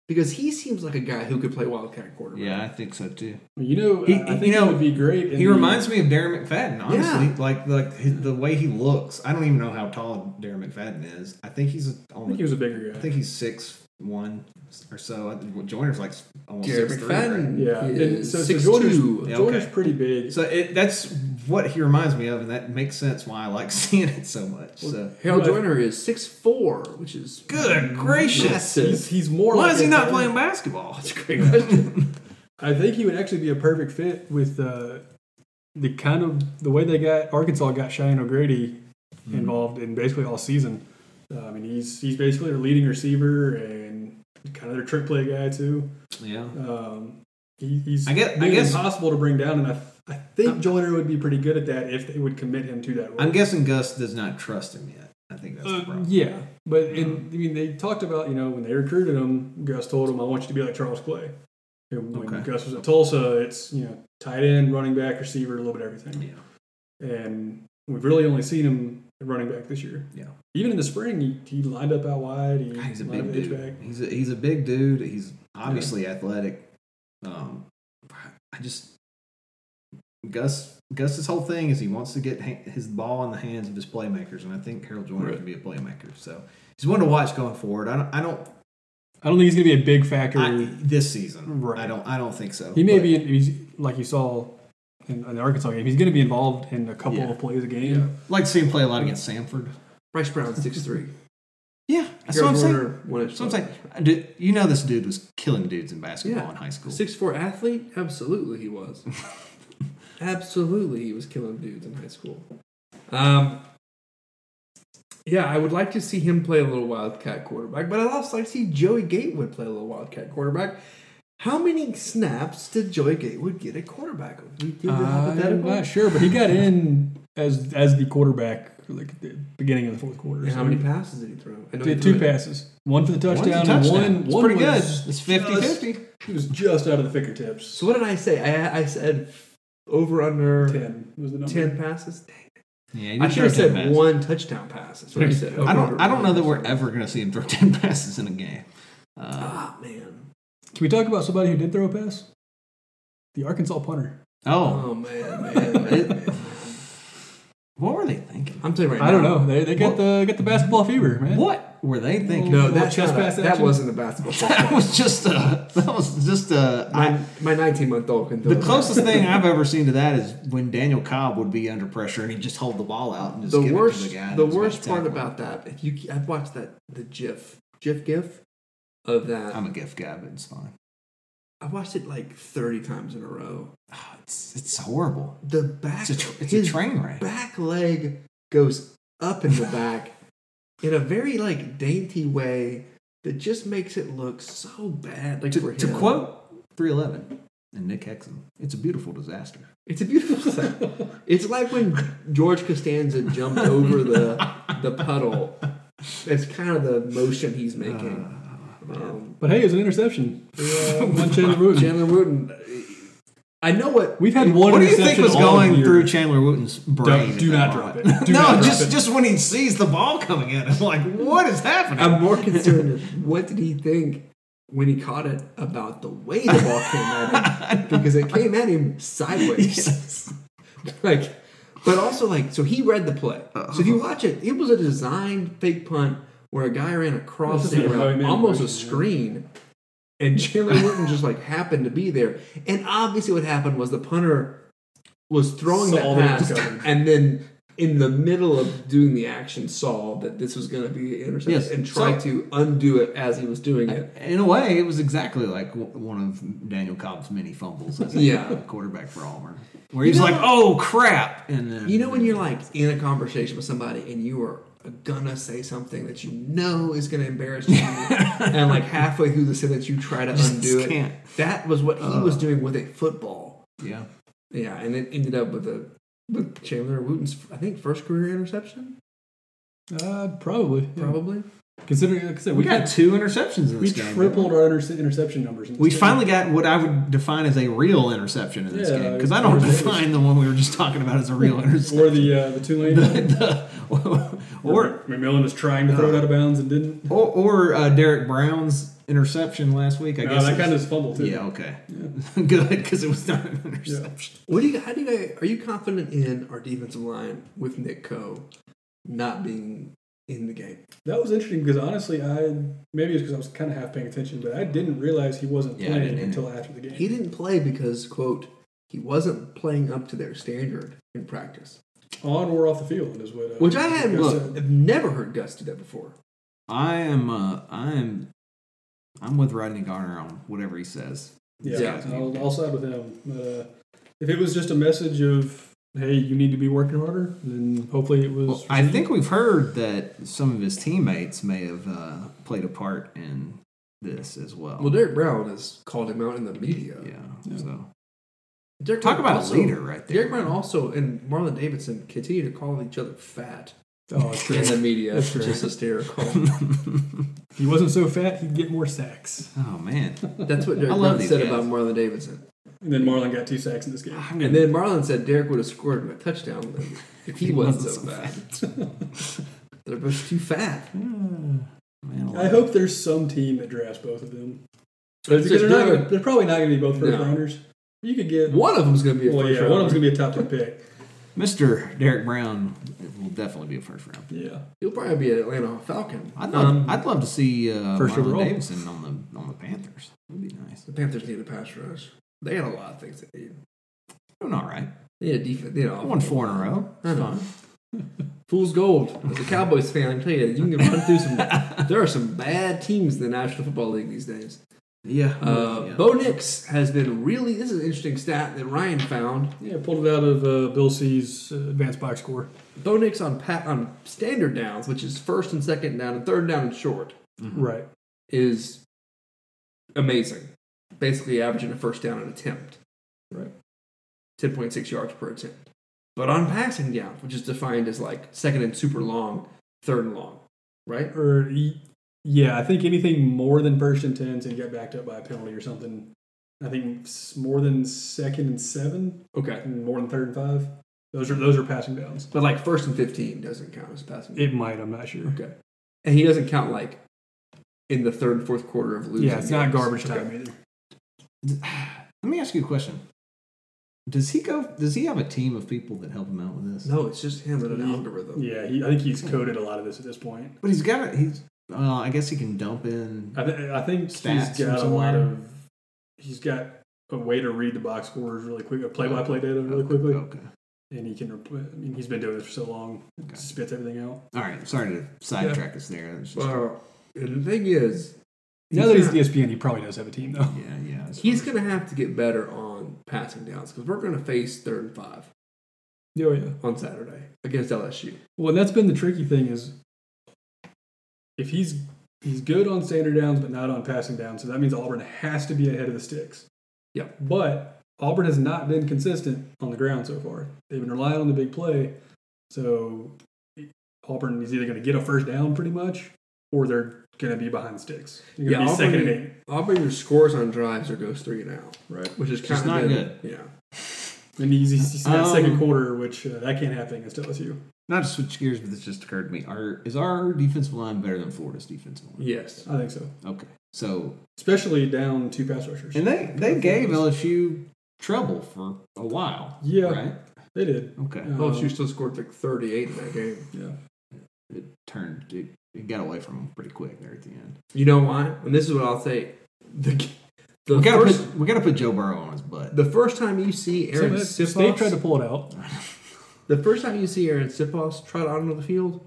Speaker 7: because he seems like a guy who could play wildcat quarterback.
Speaker 9: yeah, I think so too.
Speaker 8: You know,
Speaker 9: He-
Speaker 8: I- I
Speaker 9: you
Speaker 8: think
Speaker 9: know,
Speaker 8: he would be great. in
Speaker 9: He
Speaker 8: the-
Speaker 9: reminds me of Darren McFadden, honestly.
Speaker 7: Yeah.
Speaker 9: Like like his, the way he looks. I don't even know how tall Darren McFadden is. I think he's I
Speaker 8: I think he was a bigger guy.
Speaker 9: I think he's six one or so. I think Joiner's like almost
Speaker 7: Jared
Speaker 9: six three. Right?
Speaker 7: McFadden
Speaker 8: yeah. And
Speaker 7: is
Speaker 8: so, so
Speaker 7: six
Speaker 8: Joyner's,
Speaker 7: two.
Speaker 9: Yeah,
Speaker 8: Joyner's
Speaker 9: okay.
Speaker 8: pretty big.
Speaker 9: So it, that's what he reminds me of, and that makes sense why I like seeing it so much. So
Speaker 8: Right.
Speaker 7: Harold Joyner is six four, which is
Speaker 9: good gracious,
Speaker 7: massive.
Speaker 8: he's, he's more.
Speaker 9: why
Speaker 8: like
Speaker 9: is he
Speaker 8: a
Speaker 9: not
Speaker 8: guy-
Speaker 9: playing basketball? That's a great
Speaker 8: I think he would actually be a perfect fit with uh, the kind of the way they got Arkansas got Cheyenne O'Grady
Speaker 9: Mm-hmm.
Speaker 8: involved in basically all season. Uh, I mean, he's he's basically their leading receiver and kind of their trick play guy too.
Speaker 9: Yeah.
Speaker 8: Um, he, he's
Speaker 9: I guess- I
Speaker 8: been
Speaker 9: guess-
Speaker 8: impossible to bring down, and I, I think Joyner would be pretty good at that if they would commit him to that role.
Speaker 9: I'm guessing Gus does not trust him yet. I think that's the
Speaker 8: Uh,
Speaker 9: problem.
Speaker 8: yeah, but in, I mean, they talked about you know when they recruited him, Gus told him, "I want you to be like Charles Clay." And when
Speaker 9: Okay.
Speaker 8: Gus was at Tulsa, it's you know tight end, running back, receiver, a little bit of everything. And we've really only seen him at running back this year.
Speaker 9: Yeah.
Speaker 8: Even in the spring, he, he lined up out wide. He
Speaker 9: He's a
Speaker 8: lined
Speaker 9: big
Speaker 8: up H
Speaker 9: dude. He's a, he's a big dude. He's obviously athletic. Um, I just Gus Gus's whole thing is he wants to get ha- his ball in the hands of his playmakers, and I think Carol Joyner can be a playmaker. So he's one to watch going forward. I don't. I don't.
Speaker 8: I don't think he's going to be a big factor.
Speaker 9: I, this season,
Speaker 8: Right.
Speaker 9: I don't. I don't think so.
Speaker 8: he may
Speaker 9: But
Speaker 8: be he's, like you saw in, in the Arkansas game. He's going to be involved in a couple
Speaker 9: Yeah.
Speaker 8: of plays a game.
Speaker 9: like to see him play a lot against Sanford.
Speaker 7: Bryce Brown, six three.
Speaker 9: Yeah, that's what I'm saying.
Speaker 7: That's
Speaker 9: So I'm saying, I did- you know, this dude was killing dudes in basketball in high school.
Speaker 7: Six four athlete? Absolutely he was. Absolutely he was killing dudes in high school. Um yeah, I would like to see him play a little Wildcat quarterback, but I'd also like to see Joey Gatewood play a little Wildcat quarterback. How many snaps did Joey Gatewood get at quarterback? We did the
Speaker 8: Uh, I'm
Speaker 7: hypothetical.
Speaker 8: not sure, but he got in as as the quarterback like at the beginning of the fourth quarter.
Speaker 7: And
Speaker 8: so
Speaker 7: how many passes did he throw? I know
Speaker 8: Did
Speaker 7: he
Speaker 8: two
Speaker 7: threw it-
Speaker 8: passes, one for the
Speaker 9: One's a
Speaker 8: touchdown, and
Speaker 9: touchdown.
Speaker 8: one.
Speaker 9: It's
Speaker 8: one
Speaker 9: pretty good.
Speaker 8: was
Speaker 9: It's 50-50.
Speaker 8: just- He was just out of the fingertips.
Speaker 7: So what did I say? I, I said over under
Speaker 8: Ten was the number.
Speaker 7: 10 passes. Dang.
Speaker 9: Yeah, he
Speaker 7: I
Speaker 9: didn't
Speaker 7: should have
Speaker 9: throw ten
Speaker 7: said
Speaker 9: passes.
Speaker 7: one touchdown pass. That's what I said.
Speaker 9: I
Speaker 7: Over-
Speaker 9: don't. I don't know that we're ever going to see him throw ten passes in a game.
Speaker 7: Ah man.
Speaker 8: Can we talk about somebody who did throw a pass? The Arkansas punter.
Speaker 9: Oh,
Speaker 7: Oh man, man, man, man.
Speaker 9: what were they thinking?
Speaker 7: I'm telling you right now.
Speaker 8: I don't know. They, they got the got the basketball fever, man.
Speaker 9: What were they thinking?
Speaker 7: No,
Speaker 8: Little
Speaker 7: that's
Speaker 8: chest
Speaker 7: not a-
Speaker 8: pass
Speaker 7: that
Speaker 8: action?
Speaker 7: wasn't a basketball.
Speaker 9: that
Speaker 7: player.
Speaker 9: was just a. That was just a.
Speaker 7: my
Speaker 9: I,
Speaker 7: my 19 month old can do
Speaker 9: the
Speaker 7: it.
Speaker 9: closest thing I've ever seen to that is when Daniel Cobb would be under pressure and he'd just hold the ball out and just
Speaker 7: The
Speaker 9: give
Speaker 7: worst,
Speaker 9: it to the guy. that
Speaker 7: the
Speaker 9: was about
Speaker 7: worst
Speaker 9: to
Speaker 7: part
Speaker 9: tackle him.
Speaker 7: about that, if you, I've watched that the GIF, GIF, GIF of that.
Speaker 9: I'm a gift guy, but it's fine.
Speaker 7: I watched it like 30 times in a row.
Speaker 9: Oh, it's it's horrible.
Speaker 7: The back,
Speaker 9: It's a tr- it's a
Speaker 7: his
Speaker 9: train wreck.
Speaker 7: Back leg goes up in the back in a very like dainty way that just makes it look so bad. Like for
Speaker 9: To,
Speaker 7: him,
Speaker 9: to quote 311 and Nick Hexum, it's a beautiful disaster.
Speaker 7: It's a beautiful sight. it's like when George Costanza jumped over the the puddle. That's kind of the motion he's making.
Speaker 9: Uh.
Speaker 7: Um,
Speaker 8: But hey, it was an interception. for, uh, one Chandler Wooten.
Speaker 7: Chandler Wooten. I know what
Speaker 8: We've had one.
Speaker 9: What do you
Speaker 8: interception
Speaker 9: think was
Speaker 8: all
Speaker 9: going
Speaker 8: year.
Speaker 9: through Chandler Wooten's brain?
Speaker 8: do
Speaker 9: at
Speaker 8: not
Speaker 9: that
Speaker 8: drop
Speaker 9: moment?
Speaker 8: it. Do
Speaker 9: no,
Speaker 8: not drop
Speaker 9: just
Speaker 8: it.
Speaker 9: just when he sees the ball coming in, I'm like, what is happening?
Speaker 7: I'm more concerned is what did he think when he caught it about the way the ball came at him because it came at him sideways. like, but also like, so he read the play. So if you
Speaker 8: Uh-huh.
Speaker 7: watch it, it was a designed fake punt where a guy ran a cross
Speaker 8: This is
Speaker 7: state
Speaker 8: a
Speaker 7: route,
Speaker 8: highwayman
Speaker 7: almost a
Speaker 8: version, yeah.
Speaker 7: screen, and Chandler Wooten just like happened to be there. And obviously, what happened was the punter was throwing
Speaker 8: Saw
Speaker 7: that
Speaker 8: that it
Speaker 7: pass,
Speaker 8: was coming.
Speaker 7: and then in the middle of doing the action, saw that this was going to be an interception
Speaker 9: Yes,
Speaker 7: and tried
Speaker 9: so-
Speaker 7: to undo it as he was doing it.
Speaker 9: in a way, it was exactly like w- one of Daniel Cobb's many fumbles as a
Speaker 7: Yeah.
Speaker 9: quarterback for Auburn, where he's like, "Oh crap!" And then,
Speaker 7: You know when you're like in a conversation with somebody and you are gonna say something that you know is gonna embarrass you, and like halfway through the sentence you try to undo it.
Speaker 9: can't.
Speaker 7: That was what he was doing with a football.
Speaker 9: yeah,
Speaker 7: Yeah, and it ended up with a with Chandler Wooten's I think first career interception,
Speaker 8: Uh, probably. yeah.
Speaker 7: probably.
Speaker 8: Considering, like I said, we,
Speaker 9: we got
Speaker 8: had-
Speaker 9: two interceptions in
Speaker 8: we
Speaker 9: this game.
Speaker 8: tripled our interce- interception numbers. in
Speaker 9: We
Speaker 8: this game.
Speaker 9: finally got what I would define as a real interception in this
Speaker 8: Yeah,
Speaker 9: game because I don't
Speaker 8: it was-
Speaker 9: define the one we were just talking about as a real interception.
Speaker 8: or the uh, the two lane.
Speaker 9: the, Uh, or
Speaker 8: Or McMillan was trying to throw it out of bounds and didn't.
Speaker 9: or, or uh, Derek Brown's interception last week. I
Speaker 8: No, Uh,
Speaker 9: guess
Speaker 8: that
Speaker 9: it was-
Speaker 8: kind of is fumble too.
Speaker 9: yeah okay good because it was not an interception.
Speaker 7: What do you? How do you? guys- Are you confident in our defensive line with Nick Coe not being in the game?
Speaker 8: That was interesting because honestly, I maybe it's because I was kind of half paying attention, but I didn't realize he wasn't
Speaker 9: Yeah, I
Speaker 8: playing
Speaker 9: didn't
Speaker 8: until after the game.
Speaker 7: He didn't play because quote he wasn't playing up to their standard in practice.
Speaker 8: On or off the field is what. Uh,
Speaker 7: Which I had
Speaker 8: Gus
Speaker 7: look,
Speaker 8: said.
Speaker 7: I've never heard Gus do that before.
Speaker 9: I am uh, I am I'm with Rodney Garner on whatever he says.
Speaker 8: Yeah,
Speaker 7: yeah.
Speaker 8: I'll, I'll side with him. But, uh, if it was just a message of hey, you need to be working harder, then hopefully it was.
Speaker 9: Well, I think we've heard that some of his teammates may have uh, played a part in this as well.
Speaker 7: Well, Derek Brown has called him out in the media.
Speaker 9: yeah, So
Speaker 7: Derek
Speaker 9: Talk
Speaker 7: Brown
Speaker 9: about a leader right there.
Speaker 7: Derek Brown also and Marlon Davidson continue to call each other fat
Speaker 8: oh, it's true.
Speaker 7: in the media.
Speaker 8: That's
Speaker 7: It's
Speaker 8: true.
Speaker 7: just hysterical.
Speaker 8: If he wasn't so fat, he'd get more sacks.
Speaker 9: oh man,
Speaker 7: That's what
Speaker 9: I
Speaker 7: Derek
Speaker 9: love
Speaker 7: Brown
Speaker 9: these
Speaker 7: said
Speaker 9: guys.
Speaker 7: about Marlon Davidson.
Speaker 8: And then Marlon got two sacks in this game.
Speaker 7: And then Marlon said Derek would have scored him a touchdown if he wasn't so fat. They're both too fat.
Speaker 9: man I
Speaker 8: I hope there's some team that drafts both of them.
Speaker 7: But
Speaker 8: Because
Speaker 7: it's just
Speaker 8: they're, not
Speaker 7: Derek-
Speaker 8: gonna, they're probably not going to be both first
Speaker 7: No.
Speaker 8: rounders. You could get
Speaker 7: one of them's going to be a
Speaker 8: Well,
Speaker 7: first
Speaker 8: yeah, one of them's
Speaker 7: rounder.
Speaker 8: going to be a top ten pick.
Speaker 9: Mr. Derek Brown will definitely be a first round.
Speaker 8: Yeah,
Speaker 7: He'll probably be an Atlanta Falcon.
Speaker 9: I'd love, I'd love to see uh,
Speaker 8: first
Speaker 9: Marlon
Speaker 8: overall.
Speaker 9: Davidson on the on the Panthers. That'd be nice.
Speaker 7: The Panthers need a pass rush. They had a lot of things they need.
Speaker 9: Doing all right.
Speaker 7: They need a defense. They need
Speaker 9: I
Speaker 7: an
Speaker 9: won four in a row.
Speaker 7: I
Speaker 9: It's
Speaker 7: know.
Speaker 9: fine.
Speaker 7: Fool's gold. As a Cowboys fan, I tell you, you can run through some. There are some bad teams in the National Football League these days.
Speaker 9: Yeah.
Speaker 7: Uh,
Speaker 9: yeah.
Speaker 7: Bo Nix has been really. This is an interesting stat that Ryan found.
Speaker 8: yeah, pulled it out of uh, Bill C's uh, advanced box score.
Speaker 7: Bo Nix on pa- on standard downs, which is first and second down and third down and short,
Speaker 8: Right.
Speaker 7: is amazing. Basically, averaging a first down an attempt.
Speaker 8: Right.
Speaker 7: Ten point six yards per attempt. But on passing down, which is defined as like second and super long, third and long, right?
Speaker 8: Or he- yeah, I think anything more than first and tens and got backed up by a penalty or something. I think s- more than second and seven,
Speaker 7: Okay.
Speaker 8: and more than third and five. Those are those are passing downs.
Speaker 7: But like first and fifteen doesn't count as passing.
Speaker 8: It might. I'm not sure.
Speaker 7: okay. And he doesn't count like in the third and fourth quarter of losing.
Speaker 8: Yeah, it's not
Speaker 7: games.
Speaker 8: garbage
Speaker 7: Okay.
Speaker 8: time either.
Speaker 9: Let me ask you a question. Does he go? Does he have a team of people that help him out with this?
Speaker 7: No, it's just him and an algorithm.
Speaker 8: Yeah, he, I think he's coded a lot of this at this point.
Speaker 9: But he's got. a- He's. Uh, I guess he can dump in.
Speaker 8: I, th- I think
Speaker 9: Stats
Speaker 8: he's
Speaker 9: from
Speaker 8: got a
Speaker 9: somewhere.
Speaker 8: lot of. He's got a way to read the box scores really quick, a play-by-play data really quickly,
Speaker 9: Okay.
Speaker 8: and he can. rep- I mean, he's been doing this for so long,
Speaker 9: Okay.
Speaker 8: spits everything out.
Speaker 9: All right. Sorry to sidetrack us there. It's just-
Speaker 7: Well, and the thing is,
Speaker 8: Now that he's E
Speaker 7: not-
Speaker 8: ESPN, he probably does have a team though.
Speaker 9: yeah. Yeah. that's
Speaker 7: he's
Speaker 9: fine.
Speaker 7: going to have to get better on passing downs because we're going to face third and five
Speaker 8: Oh yeah.
Speaker 7: on Saturday against LSU.
Speaker 8: Well, and that's been the tricky thing is if he's he's good on standard downs but not on passing downs, so that means Auburn has to be ahead of the sticks.
Speaker 7: Yeah.
Speaker 8: But Auburn has not been consistent on the ground so far. They've been relying on the big play. So Auburn is either going to get a first down pretty much or they're going to be behind the sticks. They're going to be second and eight.
Speaker 7: Auburn, Auburn either scores on drives or goes three and out,
Speaker 8: Right.
Speaker 7: which is kind
Speaker 9: Just
Speaker 7: of
Speaker 9: not
Speaker 7: been- Yeah,
Speaker 8: And he's, he's, he's got
Speaker 9: Um,
Speaker 8: second quarter, which uh, that can't happen against LSU.
Speaker 9: Not to switch gears, but this just occurred to me. Our is our defensive line better than Florida's defensive line?
Speaker 7: yes,
Speaker 8: I think so.
Speaker 9: Okay. So
Speaker 8: Especially down two pass rushers.
Speaker 9: and they they gave LSU trouble for a while.
Speaker 8: Yeah.
Speaker 9: Right.
Speaker 8: They did. Um,
Speaker 9: Okay.
Speaker 8: Yeah.
Speaker 7: LSU still scored like thirty-eight in that game.
Speaker 8: Yeah.
Speaker 9: It turned. It, it got away from them pretty quick there at the end.
Speaker 7: You know why? And this is what I'll say: the the
Speaker 9: We gotta
Speaker 7: first
Speaker 9: put we gotta put Joe Burrow on his butt.
Speaker 7: the first time you see Aaron Sipos,
Speaker 8: State tried to pull it out.
Speaker 7: the first time you see Aaron Sipos try to onto the field,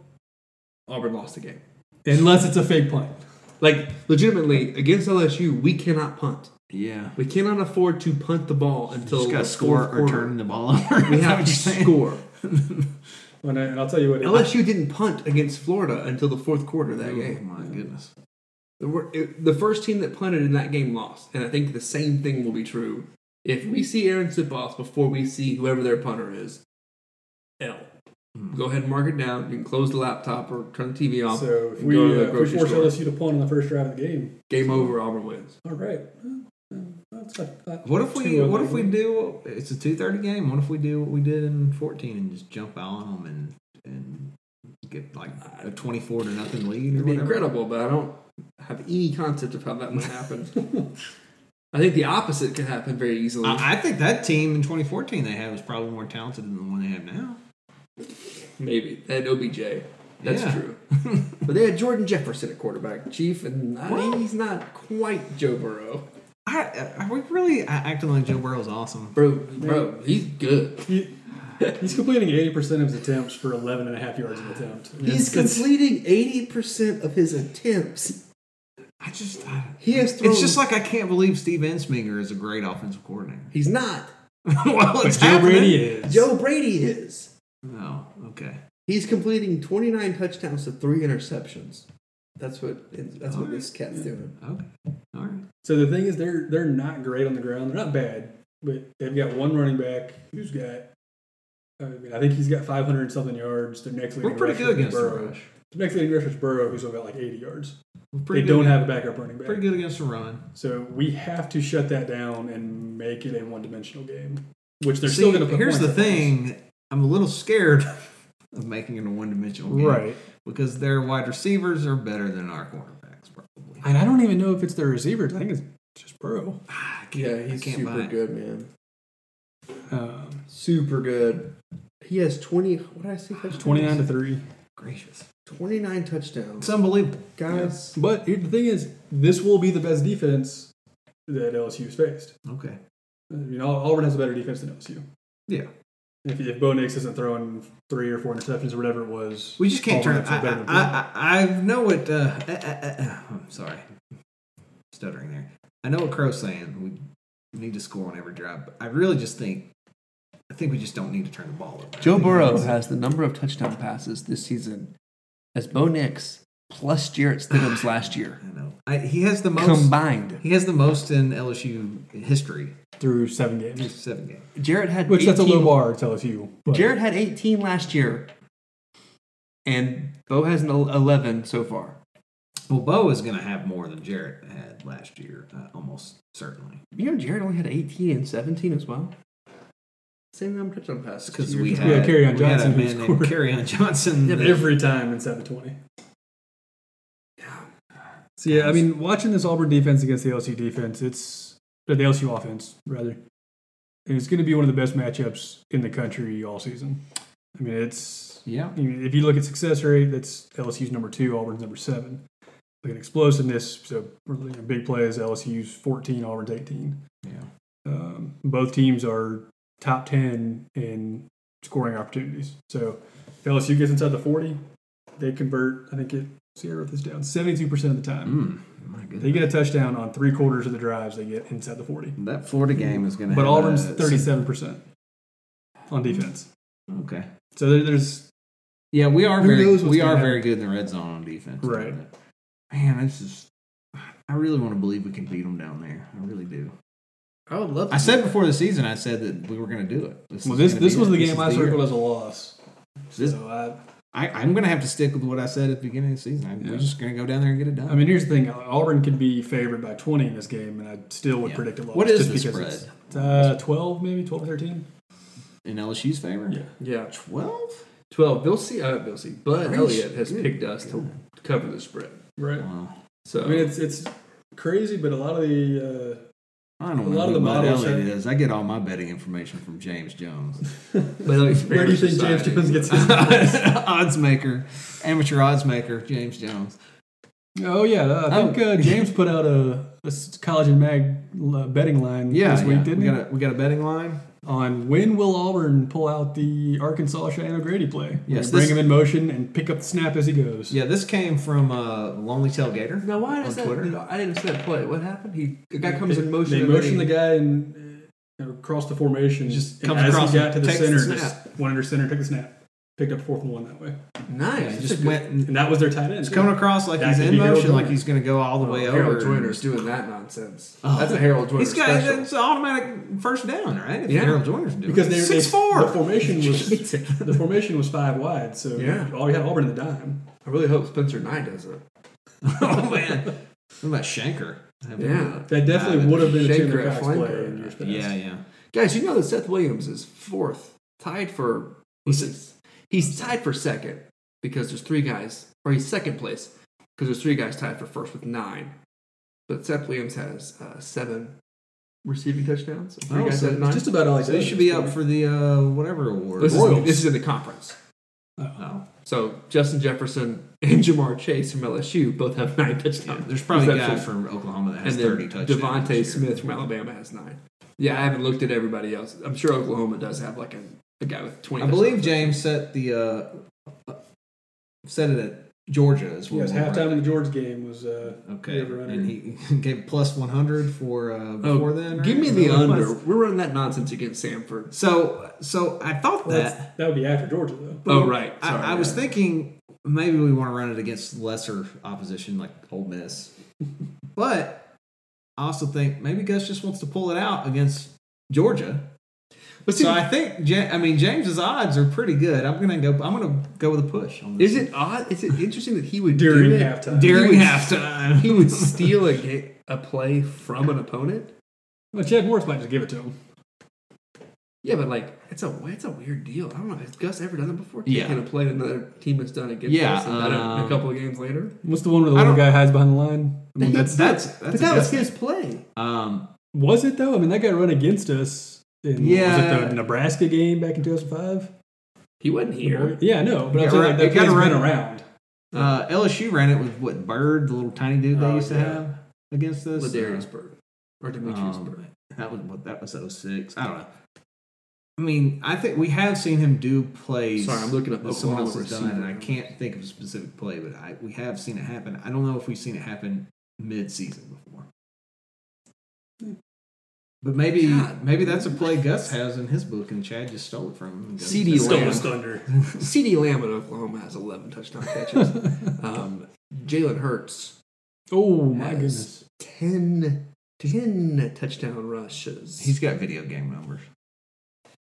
Speaker 7: Auburn lost the game.
Speaker 8: Unless it's a fake punt.
Speaker 7: Like legitimately against LSU, we cannot punt.
Speaker 9: Yeah.
Speaker 7: We cannot afford to punt the ball until
Speaker 9: Just
Speaker 7: the
Speaker 9: gotta score
Speaker 7: fourth
Speaker 9: or
Speaker 7: quarter.
Speaker 9: turn the ball over.
Speaker 7: We
Speaker 9: Is that
Speaker 7: have
Speaker 9: what
Speaker 7: to
Speaker 9: you're saying?
Speaker 7: score.
Speaker 8: And I- and I'll tell you what.
Speaker 7: LSU didn't punt against Florida until the fourth quarter of that
Speaker 9: Oh
Speaker 7: game.
Speaker 9: my goodness.
Speaker 7: The, wor- it- the first team that punted in that game lost, and I think the same thing will be true if we see Aaron Sipos before we see whoever their punter is. L.
Speaker 9: Hmm.
Speaker 7: Go ahead and mark it down. You can close the laptop or turn the TV off.
Speaker 8: so if
Speaker 7: and
Speaker 8: we,
Speaker 7: go to
Speaker 8: uh,
Speaker 7: the
Speaker 8: if we
Speaker 7: grocery
Speaker 8: force
Speaker 7: store.
Speaker 8: LSU to punt on the first drive of the game,
Speaker 7: Game over. Auburn wins.
Speaker 8: all right. Uh, uh, that's not- not
Speaker 9: What if we
Speaker 8: too
Speaker 9: what if we
Speaker 8: unlikely.
Speaker 9: do it's a two thirty game, what if we do what we did in fourteen and just jump out on them and and get like a twenty four to nothing lead or
Speaker 7: It'd be
Speaker 9: whatever?
Speaker 7: incredible, but I don't have any concept of how that would happen. I think the opposite could happen very easily.
Speaker 9: I, I think that team in twenty fourteen they had was probably more talented than the one they have now.
Speaker 7: Maybe. They had OBJ. That's
Speaker 9: Yeah.
Speaker 7: true. but they had Jordan Jefferson at quarterback, Chief, and I, he's not quite Joe Burrow.
Speaker 9: I, are we really acting like Joe Burrow's awesome?
Speaker 7: Bro, bro, he's good.
Speaker 8: He, he's completing 80% of his attempts for 11 and a half yards an attempt.
Speaker 7: He's
Speaker 8: It's- it's-
Speaker 7: completing 80% of his attempts.
Speaker 9: I just I,
Speaker 7: He has thrown.
Speaker 9: it's just like I can't believe Steve Ensminger is a great offensive coordinator.
Speaker 7: He's not.
Speaker 9: well, it's
Speaker 8: Joe
Speaker 9: happening.
Speaker 8: Brady is.
Speaker 7: Joe Brady is.
Speaker 9: Oh, okay.
Speaker 7: He's completing 29 touchdowns to three interceptions. That's what that's what this cat's doing.
Speaker 9: Okay. All right.
Speaker 8: So the thing is, they're they're not great on the ground. They're not bad, but they've got one running back who's got. I mean, I think he's got 500 and something yards. Their next leading
Speaker 9: We're pretty
Speaker 8: rusher
Speaker 9: good
Speaker 8: is
Speaker 9: against the
Speaker 8: Burrow.
Speaker 9: rush.
Speaker 8: Their next leading rusher is Burrow, who's only got like 80 yards.
Speaker 9: We're pretty
Speaker 8: they
Speaker 9: good
Speaker 8: don't
Speaker 9: against-
Speaker 8: have a backup running back.
Speaker 9: pretty good against the run.
Speaker 8: So we have to shut that down and make it a one-dimensional game, which they're
Speaker 9: See,
Speaker 8: still going to.
Speaker 9: here's the thing. I'm a little scared of making it a one-dimensional game,
Speaker 8: Right.
Speaker 9: Because their wide receivers are better than our cornerbacks, probably.
Speaker 8: and I don't even know if it's their receivers. I think it's just Burrow.
Speaker 9: I can't-
Speaker 7: Yeah,
Speaker 9: I
Speaker 7: he's
Speaker 9: can't
Speaker 7: super
Speaker 9: buy it.
Speaker 7: good, man.
Speaker 8: Um,
Speaker 7: Super good. He has 20. What did I say? touchdowns?
Speaker 8: 29 to three.
Speaker 9: Gracious,
Speaker 7: 29 touchdowns.
Speaker 9: it's unbelievable,
Speaker 7: Guys,
Speaker 8: But here, the thing is, this will be the best defense that LSU's faced.
Speaker 9: Yeah. Okay.
Speaker 8: I mean, Au- Auburn has a better defense than LSU.
Speaker 9: Yeah.
Speaker 8: If, if Bo Nix isn't throwing three or four interceptions or whatever it was,
Speaker 9: We just can't
Speaker 8: Auburn
Speaker 9: turn.
Speaker 8: has a better
Speaker 9: I, I, I, I know what. Uh, uh, uh, uh, I'm sorry, stuttering there. I know what Crow's saying. We need to score on every drive, but I really just think, I think we just don't need to turn the ball over. I
Speaker 10: Joe
Speaker 9: think
Speaker 10: Burrow
Speaker 9: that's-
Speaker 10: has the number of touchdown passes this season as Bo Nix plus Jarrett Stidham's last year
Speaker 9: I know. I, he has the most.
Speaker 10: combined.
Speaker 9: He has the most in LSU history.
Speaker 8: through seven games,
Speaker 9: Seven games.
Speaker 10: Jarrett had
Speaker 8: which
Speaker 10: 18,
Speaker 8: that's a low bar. It's LSU. But
Speaker 10: Jarrett had 18 last year, and Bo has an el- 11 so far.
Speaker 9: Well, Bo is going to have more than Jarrett had last year, uh, almost certainly.
Speaker 10: You know, Jarrett only had 18 and 17 as well.
Speaker 7: same number of touchdown passes.
Speaker 9: Because we
Speaker 8: Yeah,
Speaker 9: had
Speaker 8: Kerryon
Speaker 9: we had a
Speaker 8: Johnson who
Speaker 9: man named
Speaker 8: scored.
Speaker 9: Kerryon Johnson.
Speaker 8: Yeah, but
Speaker 9: that-
Speaker 8: every time in 720. So yeah, I mean, watching this Auburn defense against the LSU defense, it's or the LSU offense rather. It's going to be one of the best matchups in the country all season. I mean, it's
Speaker 9: yeah.
Speaker 8: I mean, if you look at success rate, that's LSU's number two, Auburn's number seven. Look at explosiveness. So we're looking at big plays. LSU's 14, Auburn's 18.
Speaker 9: Yeah.
Speaker 8: Um, both teams are top 10 in scoring opportunities. So if LSU gets inside the 40, they convert, I think it, Sierra wrote this down, 72% of the time.
Speaker 9: Mm, my goodness.
Speaker 8: They get a touchdown on three quarters of the drives they get inside the 40.
Speaker 9: That Florida game is going to.
Speaker 8: But
Speaker 9: have
Speaker 8: Auburn's
Speaker 9: a-
Speaker 8: 37% on defense.
Speaker 9: Okay.
Speaker 8: So there- there's
Speaker 9: Yeah, we are
Speaker 8: Who
Speaker 9: very
Speaker 8: knows what's
Speaker 9: we
Speaker 8: gonna
Speaker 9: are
Speaker 8: happen?
Speaker 9: very good in the red zone on defense.
Speaker 8: Right.
Speaker 9: Man, this is. I really want to believe we can beat them down there. I really do.
Speaker 7: I would love to.
Speaker 9: I said before the season, I said that we were going to do it.
Speaker 8: well,
Speaker 9: is
Speaker 8: this
Speaker 9: gonna
Speaker 8: this
Speaker 9: be
Speaker 8: was
Speaker 9: it.
Speaker 8: the
Speaker 9: This
Speaker 8: game
Speaker 9: is
Speaker 8: I
Speaker 9: year.
Speaker 8: circled as a loss.
Speaker 9: This-
Speaker 8: so I,
Speaker 9: I, I'm going to have to stick with what I said at the beginning of the season. I, We're
Speaker 8: Yeah.
Speaker 9: just going to go down there and get it done.
Speaker 8: I mean, here's the thing: Auburn could be favored by 20 in this game, and I still would
Speaker 9: Yeah.
Speaker 8: predict a loss.
Speaker 9: What is
Speaker 8: just
Speaker 9: the
Speaker 8: because
Speaker 9: spread?
Speaker 8: It's, uh, 12, maybe 12 or 13.
Speaker 9: in LSU's favor.
Speaker 8: Yeah.
Speaker 7: Yeah,
Speaker 9: Twelve.
Speaker 7: 12. Bill C. Uh, Bill C. Bud
Speaker 9: Gracious.
Speaker 7: Elliott has
Speaker 9: Good
Speaker 7: picked us to cover the spread.
Speaker 8: Right.
Speaker 9: Wow.
Speaker 7: So
Speaker 8: I mean, it's it's crazy, but a lot of the uh,
Speaker 9: I don't
Speaker 8: A
Speaker 9: know
Speaker 8: lot
Speaker 9: who
Speaker 8: of the
Speaker 9: Bud
Speaker 8: models
Speaker 9: Elliott
Speaker 8: have-
Speaker 9: is. I get all my betting information from James Jones.
Speaker 8: where do you think James Jones gets his?
Speaker 9: odds maker, amateur odds maker, James Jones.
Speaker 8: oh yeah, uh, I think
Speaker 9: Oh.
Speaker 8: uh, James put out a, a s- college and mag uh, betting line
Speaker 9: Yeah,
Speaker 8: this week,
Speaker 9: yeah.
Speaker 8: didn't
Speaker 9: we
Speaker 8: he?
Speaker 9: got a, we got a betting line.
Speaker 8: On when will Auburn pull out the Arkansas Cheyenne O'Grady play? Where
Speaker 9: Yes,
Speaker 8: you bring
Speaker 9: this-
Speaker 8: him in motion and pick up the snap as he goes.
Speaker 9: Yeah, this came from uh, Lonely Tail Gator.
Speaker 7: now, why
Speaker 9: on
Speaker 7: does that?
Speaker 9: Twitter.
Speaker 7: no, I didn't see that play. What happened? He the guy comes
Speaker 8: They-
Speaker 7: in motion.
Speaker 8: They
Speaker 7: and then
Speaker 8: motion
Speaker 7: he-
Speaker 8: the guy and uh, across the formation.
Speaker 9: Just
Speaker 8: and
Speaker 9: comes
Speaker 8: as
Speaker 9: across
Speaker 8: he
Speaker 9: and
Speaker 8: got to the
Speaker 9: takes the
Speaker 8: center,
Speaker 9: snap.
Speaker 8: just went under center, took the snap, picked up fourth and one that way,
Speaker 7: Nice.
Speaker 9: He
Speaker 7: that's a
Speaker 9: just
Speaker 7: good-
Speaker 9: went and
Speaker 8: and that was their tight end.
Speaker 9: it's
Speaker 8: too.
Speaker 9: coming across like
Speaker 8: That
Speaker 9: he's
Speaker 8: could
Speaker 9: in
Speaker 8: be Harold
Speaker 9: motion, like
Speaker 8: Joyner.
Speaker 9: he's going to go all the way
Speaker 7: Harold
Speaker 9: over.
Speaker 7: Joyner's doing that nonsense. That's a Harold Joyner
Speaker 9: He's got
Speaker 7: special.
Speaker 9: it's an automatic first down, right? If
Speaker 7: Yeah.
Speaker 9: Harold Joyner's doing
Speaker 8: because
Speaker 9: it.
Speaker 8: they
Speaker 9: six
Speaker 8: they,
Speaker 9: four.
Speaker 8: The formation was the formation was five wide, so
Speaker 7: Yeah.
Speaker 8: all you had Auburn in the dime.
Speaker 7: I really hope Spencer Knight does it.
Speaker 9: oh man, what about Shanker? Have
Speaker 7: Yeah.
Speaker 9: him, uh,
Speaker 8: That definitely
Speaker 9: dive in.
Speaker 8: would have been a
Speaker 7: Shaker
Speaker 8: Chandler
Speaker 7: at
Speaker 8: Cox
Speaker 7: flanker.
Speaker 8: play in years past.
Speaker 9: Yeah, yeah.
Speaker 7: Guys, you know that Seth Williams is fourth, tied for he's, he's tied for second because there's three guys, or he's second place because there's three guys tied for first with nine. But Seth Williams has uh, seven receiving touchdowns. and Three
Speaker 9: Oh,
Speaker 7: guys
Speaker 9: so
Speaker 7: had
Speaker 9: it's
Speaker 7: nine.
Speaker 8: just about all he
Speaker 9: So
Speaker 8: does
Speaker 9: they
Speaker 8: is
Speaker 9: should be
Speaker 8: score.
Speaker 9: up for the uh, whatever award.
Speaker 7: this, is,
Speaker 8: Royals.
Speaker 7: this is in the conference.
Speaker 9: Oh.
Speaker 7: So Justin Jefferson and Jamar Chase from LSU both have nine touchdowns.
Speaker 9: There's probably a guy
Speaker 7: Receptions.
Speaker 9: from Oklahoma that has
Speaker 7: and then
Speaker 9: 30 touchdowns. this
Speaker 7: Devontae
Speaker 9: year.
Speaker 7: Smith from Alabama has nine. Yeah, I haven't looked at everybody else. I'm sure Oklahoma does have like a, a guy with 20.
Speaker 9: I believe
Speaker 7: touchdowns.
Speaker 9: James set the uh, set it at Georgia is
Speaker 8: Yeah,
Speaker 9: when
Speaker 8: it was
Speaker 9: we were
Speaker 8: halftime in
Speaker 9: running.
Speaker 8: the George game was uh,
Speaker 9: Okay,
Speaker 8: the over under.
Speaker 9: and he gave plus one hundred for uh,
Speaker 7: Oh,
Speaker 9: before then. right?
Speaker 7: give me the
Speaker 9: So it was-
Speaker 7: under. We're running that nonsense against Samford.
Speaker 9: So, so I thought
Speaker 8: Well, that's-
Speaker 9: that.
Speaker 8: that would be after Georgia though.
Speaker 7: Oh right,
Speaker 9: I,
Speaker 7: Sorry,
Speaker 9: I was
Speaker 7: yeah.
Speaker 9: thinking maybe we want to run it against lesser opposition like Ole Miss, but I also think maybe Gus just wants to pull it out against Georgia.
Speaker 7: But see,
Speaker 9: so I think Ja- I mean James's odds are pretty good. I'm gonna go. I'm gonna go with a push. On this
Speaker 7: is it odd? Is it interesting that he would
Speaker 8: During
Speaker 7: do it
Speaker 8: halftime.
Speaker 9: during
Speaker 7: he would-
Speaker 9: halftime?
Speaker 7: He would steal a ga- a play from an opponent.
Speaker 8: Well, Chad Morris might just give it to him.
Speaker 7: Yeah, but like it's a it's a weird deal. I don't know. Has Gus ever done that before?
Speaker 9: Yeah.
Speaker 7: Taking a play that another team has done against
Speaker 9: Yeah,
Speaker 7: us and done it
Speaker 9: um,
Speaker 7: a couple of games later.
Speaker 8: What's the one where the
Speaker 9: I
Speaker 8: little
Speaker 9: don't-
Speaker 8: guy hides behind the line? I mean, that's
Speaker 9: that's that's
Speaker 7: but that
Speaker 9: a
Speaker 7: was
Speaker 9: Gus
Speaker 7: his
Speaker 9: thing.
Speaker 7: play.
Speaker 9: Um,
Speaker 8: was it though. I mean, that got run against us. In, yeah, was
Speaker 9: Yeah.
Speaker 8: it the Nebraska game back in 2005?
Speaker 7: He wasn't here.
Speaker 8: Yeah, no, but I'm
Speaker 9: It got
Speaker 8: saying
Speaker 9: run-
Speaker 8: like,
Speaker 9: it
Speaker 8: that
Speaker 9: got
Speaker 8: play's
Speaker 9: run-
Speaker 8: been around.
Speaker 9: uh, LSU ran it with what Bird, the little tiny dude they
Speaker 8: Oh,
Speaker 9: used to
Speaker 8: yeah.
Speaker 9: have against us. Uh,
Speaker 7: Ladarius Bird or Demetrius
Speaker 9: Um,
Speaker 7: Bird.
Speaker 9: That was what that was 06. I don't know. I mean, I think we have seen him do plays.
Speaker 7: Sorry, I'm looking up
Speaker 9: that someone else
Speaker 7: Oklahoma
Speaker 9: has done, and I
Speaker 7: receiver.
Speaker 9: can't think of a specific play, but I we have seen it happen. I don't know if we've seen it happen mid-season before, but maybe
Speaker 7: God.
Speaker 9: maybe that's a play Gus has in his book, and Chad just stole it from him. And Gus
Speaker 7: CD
Speaker 9: just-
Speaker 7: Lamb.
Speaker 8: thunder.
Speaker 7: C.D. Lamb at Oklahoma has 11 touchdown catches. um, Jalen Hurts
Speaker 8: Oh my
Speaker 7: has
Speaker 8: goodness!
Speaker 7: 10, 10 touchdown rushes.
Speaker 9: He's got video game numbers.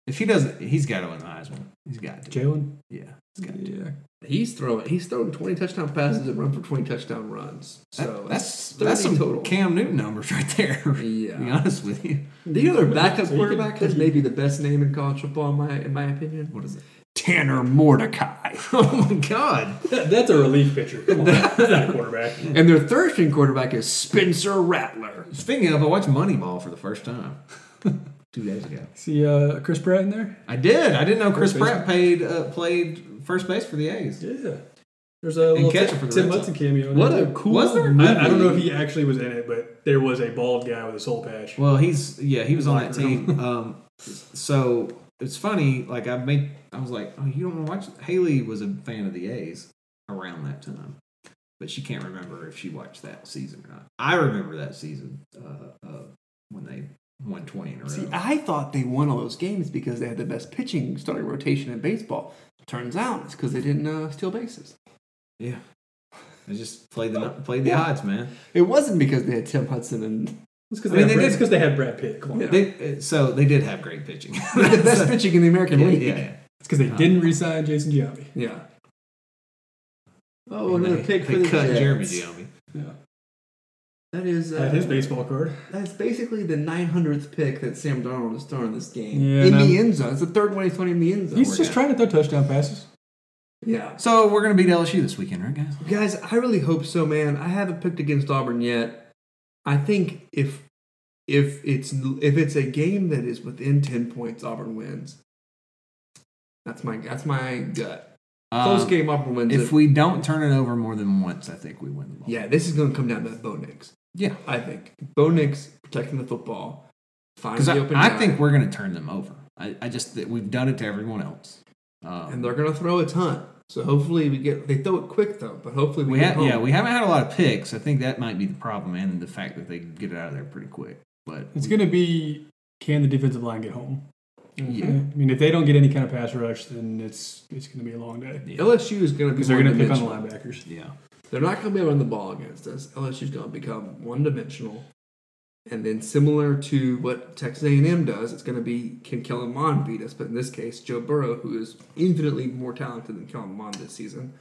Speaker 9: If he doesn't, he's got to win the Heisman. He's got to.
Speaker 8: Jalen.
Speaker 9: Yeah, he's got to.
Speaker 8: Yeah.
Speaker 7: he's throwing he's throwing 20 touchdown passes and run for 20 touchdown runs. So
Speaker 9: That- that's that's
Speaker 7: 30
Speaker 9: some Cam Newton numbers right there.
Speaker 7: Yeah.
Speaker 9: to be honest with you.
Speaker 7: The other backup
Speaker 8: So you
Speaker 7: quarterback
Speaker 8: can-
Speaker 7: has maybe the best name in college football, in my in my opinion.
Speaker 9: What is it?
Speaker 7: Tanner Mordecai.
Speaker 9: Oh my god!
Speaker 8: That, that's a relief pitcher. Come on, that's not a quarterback.
Speaker 7: and their third string quarterback is Spencer Rattler.
Speaker 9: Speaking of, I watched Moneyball for the first time two days ago.
Speaker 8: See uh, Chris Pratt in there?
Speaker 9: I did. I didn't know Chris
Speaker 8: First base.
Speaker 9: Pratt paid uh, played first base for the A's.
Speaker 8: Yeah. There's a little
Speaker 9: catcher
Speaker 8: Tim,
Speaker 9: for the
Speaker 8: Tim
Speaker 9: Red
Speaker 8: Hudson cameo. in
Speaker 9: What
Speaker 8: it.
Speaker 9: a cool Was there?
Speaker 8: I, I don't know if
Speaker 9: movie.
Speaker 8: he actually was in it, but there was a bald guy with a soul patch.
Speaker 9: Well, he's yeah, he was on that
Speaker 8: Locker room.
Speaker 9: team. Um, so it's funny. Like I made, I was like, oh, you don't want to watch. Haley was a fan of the A's around that time, but she can't remember if she watched that season or not. I remember that season uh, of when they won twenty in a row.
Speaker 10: See, I thought they won all those games because they had the best pitching starting rotation in baseball. Turns out it's because they didn't uh, steal bases.
Speaker 9: yeah, I just played the played the
Speaker 10: Yeah.
Speaker 9: odds, man.
Speaker 10: It wasn't because they had Tim Hudson and
Speaker 8: It's because
Speaker 9: I mean,
Speaker 8: they,
Speaker 9: they
Speaker 8: had Brad-
Speaker 9: did-
Speaker 8: it's 'cause they had Brad Pitt. Come on.
Speaker 10: Yeah.
Speaker 9: They, uh, so they did have great pitching.
Speaker 10: they had the best
Speaker 9: So-
Speaker 10: pitching in the American
Speaker 9: yeah,
Speaker 10: League.
Speaker 9: yeah, yeah.
Speaker 8: It's because they didn't re-sign Jason Giambi.
Speaker 7: Yeah.
Speaker 10: Oh,
Speaker 9: And
Speaker 10: another
Speaker 9: they-
Speaker 10: pick
Speaker 9: they
Speaker 10: for the
Speaker 9: cut
Speaker 10: Jets.
Speaker 9: Jeremy Giambi.
Speaker 10: That is uh,
Speaker 8: Had his baseball card.
Speaker 10: That's basically the 900th pick that Sam Donald is throwing this game
Speaker 8: Yeah,
Speaker 10: in
Speaker 8: and
Speaker 10: the
Speaker 8: I'm-
Speaker 10: end zone. It's the third one he's throwing in the end zone.
Speaker 8: He's just trying to throw touchdown passes.
Speaker 10: yeah.
Speaker 9: So we're gonna beat LSU this weekend, right, guys?
Speaker 10: Guys, I really hope so, man. I haven't picked against Auburn yet. I think if if it's if it's a game that is within 10 points, Auburn wins. That's my that's my gut. Close
Speaker 9: Um,
Speaker 10: game, Auburn wins.
Speaker 9: If
Speaker 10: it.
Speaker 9: we don't turn it over more than once, I think we win the ball.
Speaker 10: yeah, this is going to come down to Bo Nix.
Speaker 9: yeah.
Speaker 10: I think Bo Nix protecting the football, finds
Speaker 9: Because
Speaker 10: the
Speaker 9: I,
Speaker 10: open
Speaker 9: I
Speaker 10: guy,
Speaker 9: think we're going to turn them over. I, I just that we've done it to everyone else. Um,
Speaker 10: and they're going to throw a ton. So hopefully we get they throw it quick though, but hopefully we,
Speaker 9: we
Speaker 10: get
Speaker 9: ha-
Speaker 10: home.
Speaker 9: yeah we haven't had a lot of picks. I think that might be the problem, and the fact that they get it out of there pretty quick. But
Speaker 8: It's
Speaker 9: we-
Speaker 8: going to be can the defensive line get home?
Speaker 9: yeah.
Speaker 8: I mean, if they don't get any kind of pass rush, then it's it's going to be a long day
Speaker 9: yeah
Speaker 10: LSU is going to be
Speaker 8: because they're going to pick on the
Speaker 10: one-dimensional.
Speaker 8: linebackers.
Speaker 9: yeah.
Speaker 10: They're not going to be able to run the ball against us. LSU's going to become one-dimensional, and then similar to what Texas A&M does, it's going to be can Kellen Mond beat us? But in this case, Joe Burrow, who is infinitely more talented than Kellen Mond this season,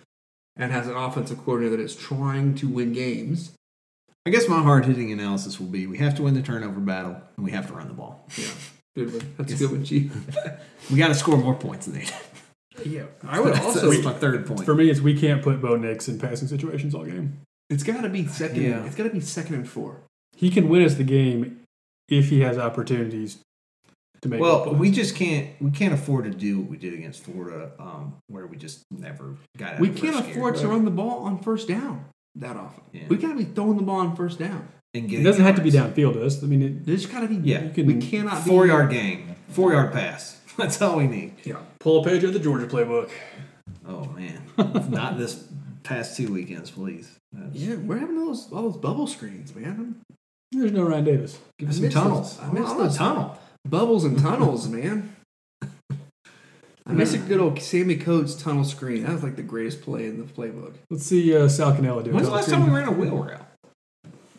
Speaker 10: and has an offensive coordinator that is trying to win games.
Speaker 9: I guess my hard hitting analysis will be: we have to win the turnover battle, and we have to run the ball.
Speaker 10: Yeah, good one. That's a good one, Chief.
Speaker 9: We got to score more points than they. did.
Speaker 10: Yeah, I would
Speaker 9: That's-
Speaker 10: also.
Speaker 9: that's my third point.
Speaker 8: For me, it's we can't put Bo Nix in passing situations all game.
Speaker 10: It's got to be second.
Speaker 9: Yeah.
Speaker 10: It's got to be second and four.
Speaker 8: He can win us the game if he has opportunities to make.
Speaker 9: Well,
Speaker 8: plays.
Speaker 9: we just can't. We can't afford to do what we did against Florida, um, where we just never got. Out
Speaker 10: We
Speaker 9: of the
Speaker 10: can't
Speaker 9: first game.
Speaker 10: afford to run the ball on first down that often.
Speaker 9: Yeah.
Speaker 10: We got to be throwing the ball on first down.
Speaker 9: And
Speaker 8: it
Speaker 9: get
Speaker 8: doesn't have to be
Speaker 9: yards.
Speaker 8: downfield. Us, I mean, it,
Speaker 10: There's got to be.
Speaker 9: Yeah. You
Speaker 8: can-
Speaker 10: we cannot be-
Speaker 9: Four yard game, four yard pass. That's all we need.
Speaker 10: Yeah.
Speaker 8: pull a page of the Georgia playbook.
Speaker 9: Oh man, not this past two weekends, please. That's-
Speaker 7: Yeah, we're having those all those bubble screens, man.
Speaker 8: There's no Ryan Davis.
Speaker 9: Give us
Speaker 7: I
Speaker 9: some
Speaker 7: miss those-
Speaker 9: tunnels.
Speaker 7: I
Speaker 9: I miss
Speaker 7: miss
Speaker 9: the
Speaker 7: those.
Speaker 9: tunnel.
Speaker 7: Bubbles and tunnels, man. I miss a good old Sammy Coates tunnel screen. That was like the greatest play in the playbook.
Speaker 8: Let's see uh, Sal Canella do it.
Speaker 9: When's the last time we ran a wheel route?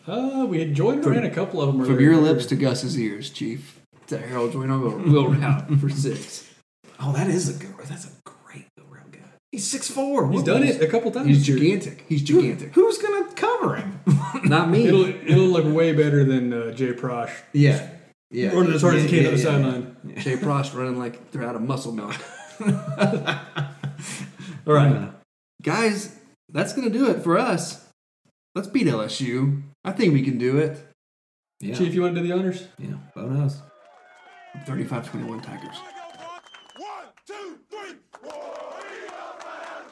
Speaker 8: Uh, we enjoyed ran a couple of them.
Speaker 7: From
Speaker 8: earlier.
Speaker 7: your lips to Gus's ears, Chief. To Harold Joyner, on a wheel route for six.
Speaker 9: Oh, that is a good. That's a great wheel route guy. He's six four.
Speaker 8: He's done it a couple times.
Speaker 7: He's
Speaker 8: this year.
Speaker 7: gigantic. He's gigantic.
Speaker 9: Who's gonna cover him?
Speaker 7: Not me.
Speaker 8: It'll it'll look way better than uh, Jay Prosh
Speaker 9: yeah, yeah.
Speaker 8: running as hard as he can
Speaker 9: yeah,
Speaker 8: to the
Speaker 9: yeah,
Speaker 8: sideline.
Speaker 7: Jay Prosh running like they're out of muscle milk.
Speaker 9: All right.
Speaker 7: Guys, that's gonna do it for us. Let's beat LSU. I think we can do it.
Speaker 9: Yeah.
Speaker 8: Chief, you want to do the honors?
Speaker 9: Yeah. Vote us.
Speaker 7: 35-21 Tigers.
Speaker 1: One, two, three, four.